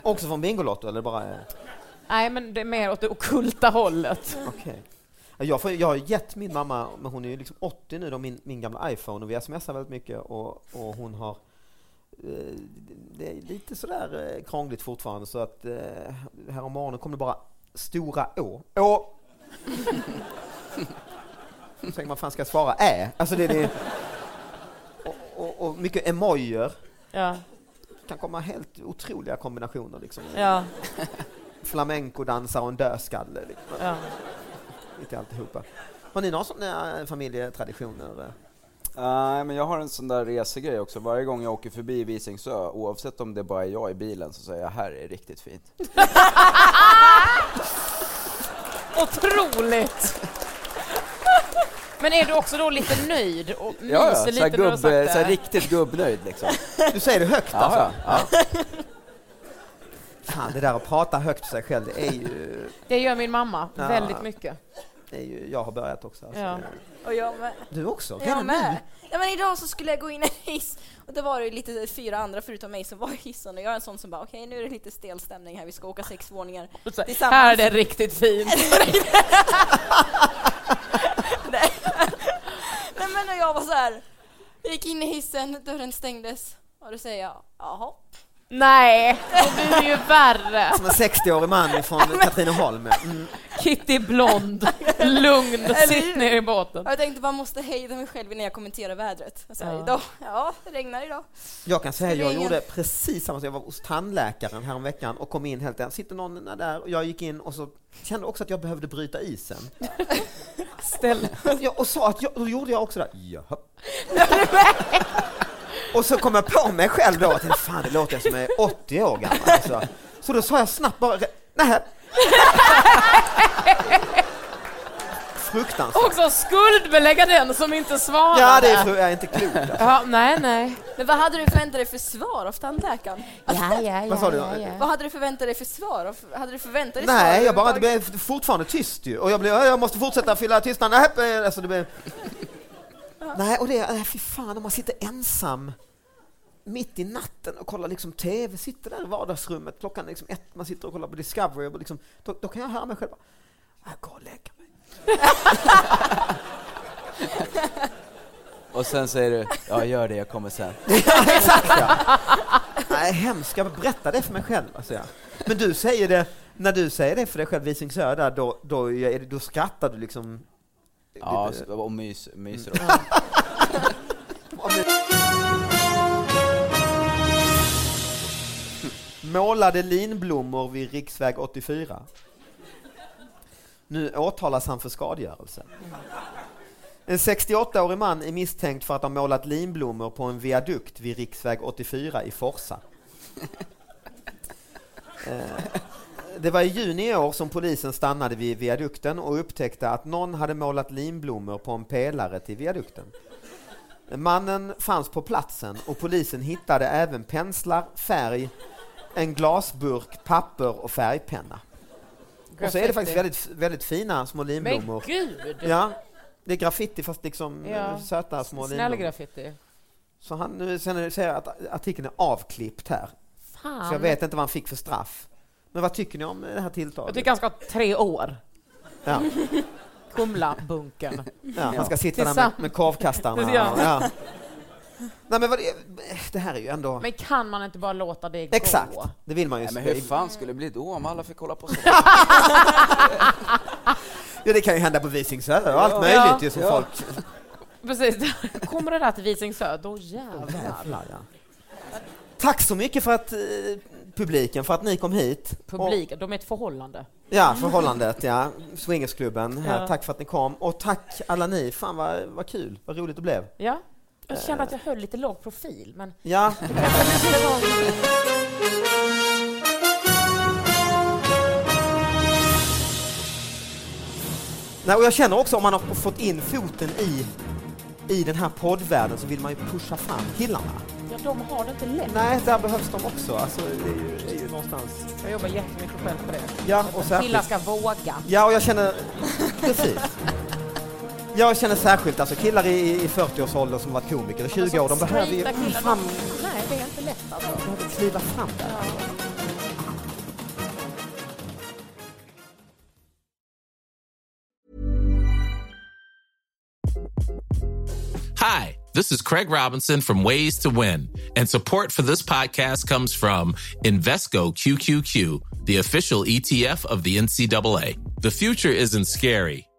Speaker 2: Också från Bingolotto eller bara... eh,
Speaker 3: Nej, men det är mer åt det ockulta hållet.
Speaker 2: Okej. Jag, får, jag har gett min mamma, men hon är ju liksom 80 nu, då, min, min gamla iPhone och vi smsar väldigt mycket och, och hon har eh, det är lite sådär eh, krångligt fortfarande så att eh, härom morgonen kom det bara stora Å. Å! Så tänker man, fan ska jag svara Ä? Alltså det, det och, och, och mycket emojer.
Speaker 3: Ja,
Speaker 2: kan komma helt otroliga kombinationer liksom.
Speaker 3: ja,
Speaker 2: Flamencodansare och en dödskalle. Liksom.
Speaker 3: ja.
Speaker 2: Lite alltihopa. Har ni några sådana eh, familjetraditioner? eh?
Speaker 4: Nej, men jag har en sån där resegrej också. Varje gång jag åker förbi Visingsö, oavsett om det bara är jag i bilen, så säger jag här är riktigt fint.
Speaker 3: Otroligt! Men är du också då lite nöjd och myser
Speaker 4: Ja, ja.
Speaker 3: lite
Speaker 4: Såhär,
Speaker 3: när du har
Speaker 4: gubb,
Speaker 3: sagt
Speaker 4: såhär
Speaker 3: det?
Speaker 4: riktigt gubbnöjd liksom.
Speaker 2: Du säger det högt alltså?
Speaker 4: Ja, ja.
Speaker 2: Fan, det där att prata högt för sig själv, det är ju...
Speaker 3: Det gör min mamma
Speaker 2: Ja.
Speaker 3: väldigt mycket.
Speaker 2: är ju, jag har börjat också. Alltså.
Speaker 3: Ja.
Speaker 5: Och jag med.
Speaker 2: Du också?
Speaker 5: Jag
Speaker 2: Redan
Speaker 5: med.
Speaker 2: nu?
Speaker 5: Ja, men idag så skulle jag gå in i en hiss och då var det lite fyra andra förutom mig som var i hissen och jag är en sån som bara okej nu är det lite stel stämning här, vi ska åka sex våningar
Speaker 3: Så här,
Speaker 5: tillsammans.
Speaker 3: här är det riktigt fint.
Speaker 5: Nej. Nej men och jag var så här. jag gick in i hissen, dörren stängdes och då säger jag jaha.
Speaker 7: Nej, då blir det ju värre.
Speaker 2: Som en 60-årig man från Katrineholm. Mm.
Speaker 3: Kitty blond, lugn,
Speaker 5: Eller
Speaker 3: sitt
Speaker 5: hur?
Speaker 3: ner i båten.
Speaker 5: Och jag tänkte bara måste hejda mig själv innan jag kommenterar vädret. Och Så här,
Speaker 3: Ja.
Speaker 5: ja. Idag, ja det regnar idag.
Speaker 2: Jag kan säga, jag
Speaker 5: Ringen.
Speaker 2: gjorde precis samma sak. Jag var hos tandläkaren häromveckan och kom in helt enkelt. Sitter någon där? Och jag gick in och så kände också att jag behövde bryta isen. Alltså,
Speaker 3: Ställ.
Speaker 2: Jag, och sa att jag, då gjorde jag också det. Jaha. och så kom jag på mig själv då att fan det låter jag som jag är 80 år gammal. Alltså. Så då sa jag snabbt bara, nej. Fruktansvärt.
Speaker 3: Också skuldbelägga den som inte svarar.
Speaker 2: Ja, det är, fru- jag är inte klok. Alltså.
Speaker 3: Ja, nej, nej.
Speaker 5: Men vad hade du förväntat dig för svar av tandläkaren?
Speaker 7: Ja, ja,
Speaker 2: Vad sa du? ja,
Speaker 5: Vad hade du förväntat dig för svar? av- Hade du förväntat dig svar
Speaker 2: Nej, jag bara, det
Speaker 5: överhuvudtaget?
Speaker 2: blev fortfarande tyst ju. Och jag blev, jag måste fortsätta fylla tystnaden. Nej, Alltså, det blev... Nej, och det, äh, fy fan, om man sitter ensam mitt i natten och kollar liksom TV, sitter där i vardagsrummet, klockan är liksom ett, man sitter och kollar på Discovery, och liksom, då, då kan jag höra mig själv bara, jag går och lägger mig.
Speaker 4: Och sen säger du, ja gör det, jag kommer sen.
Speaker 2: Ja, exakt ja. Nej, hemskt. Jag berättar det för mig själv. Alltså, ja. Men du säger det, när du säger det för dig själv, Visingsö, där, då, då, är det- då skrattar du liksom.
Speaker 4: Ja,
Speaker 2: lite-
Speaker 4: så- och mys, myser
Speaker 2: Mm.
Speaker 4: också.
Speaker 2: Målade linblommor vid riksväg 84. Nu åtalas han för skadegörelse. En 68-årig man är misstänkt för att ha målat linblommor på en viadukt vid riksväg 84 i Forsa. Eh, Det var i juni i år som polisen stannade vid viadukten och upptäckte att någon hade målat linblommor på en pelare till viadukten. Mannen fanns på platsen och polisen hittade även penslar, färg, en glasburk, papper och färgpenna. Och så är det faktiskt väldigt, väldigt fina små
Speaker 3: Men
Speaker 2: linblommor.
Speaker 3: gud!
Speaker 2: Ja, det är graffiti fast liksom
Speaker 3: Ja.
Speaker 2: eh, söta små
Speaker 3: Snäll
Speaker 2: linblommor.
Speaker 3: graffiti.
Speaker 2: Så han nu sen är det- säger jag att artikeln är avklippt här. Så jag
Speaker 7: Fan.
Speaker 2: vet inte vad han fick för straff. Men vad tycker ni om det här
Speaker 3: Jag
Speaker 2: tilltaget?
Speaker 3: tycker han ska ha tre år.
Speaker 2: Ja,
Speaker 3: Kumla-bunken.
Speaker 2: ja, han ska sitta där med,
Speaker 3: Tillsammans.
Speaker 2: med korvkastarna.
Speaker 3: Ja.
Speaker 2: Ja. Nej, men vad det, det här är ju ändå...
Speaker 3: Men kan man inte bara låta det gå?
Speaker 2: Exakt, det vill man ju.
Speaker 4: Nej, men
Speaker 2: se.
Speaker 4: hur fan skulle det bli då om alla fick kolla på sig?
Speaker 2: ja, det kan ju hända på Visingsö och allt
Speaker 4: Ja.
Speaker 2: möjligt ju som
Speaker 4: Ja.
Speaker 2: folk...
Speaker 3: Precis. Kommer det där till Visingsö, då jävlar.
Speaker 2: Jävlar, ja. Tack så mycket för att eh, publiken, för att ni kom hit. Och-
Speaker 3: Publik, de är ett förhållande.
Speaker 2: Ja, förhållandet, ja. Swingersklubben här.
Speaker 3: Ja.
Speaker 2: Tack för att ni kom. Och tack alla ni. Fan vad, vad kul, vad roligt det blev.
Speaker 3: Ja. Jag kände att jag höll lite låg profil, men
Speaker 2: Ja, Nej, och jag känner också om man har fått in foten i, i den här poddvärlden så vill man ju pusha fram killarna.
Speaker 3: ja, de har det inte lätt.
Speaker 2: Nej, där behövs de också. Alltså, det är ju, det är ju någonstans...
Speaker 3: Jag jobbar jättemycket själv på det.
Speaker 2: Ja, och
Speaker 3: Killar
Speaker 2: särskilt...
Speaker 3: ska våga.
Speaker 2: Ja, och jag känner... Precis. Jag känner särskilt alltså killar i, i 40-årsåldern som varit komiker i 20 år, de behöver ju
Speaker 3: Alltså, Straighta killar,
Speaker 2: fram,
Speaker 3: de- Nej, det är inte lätt alltså.
Speaker 2: behöver kliva fram där.
Speaker 8: Hi, this is Craig Robinson from Ways to Win, and support for this podcast comes from Invesco QQQ, the official ETF of the NCAA. The future isn't scary,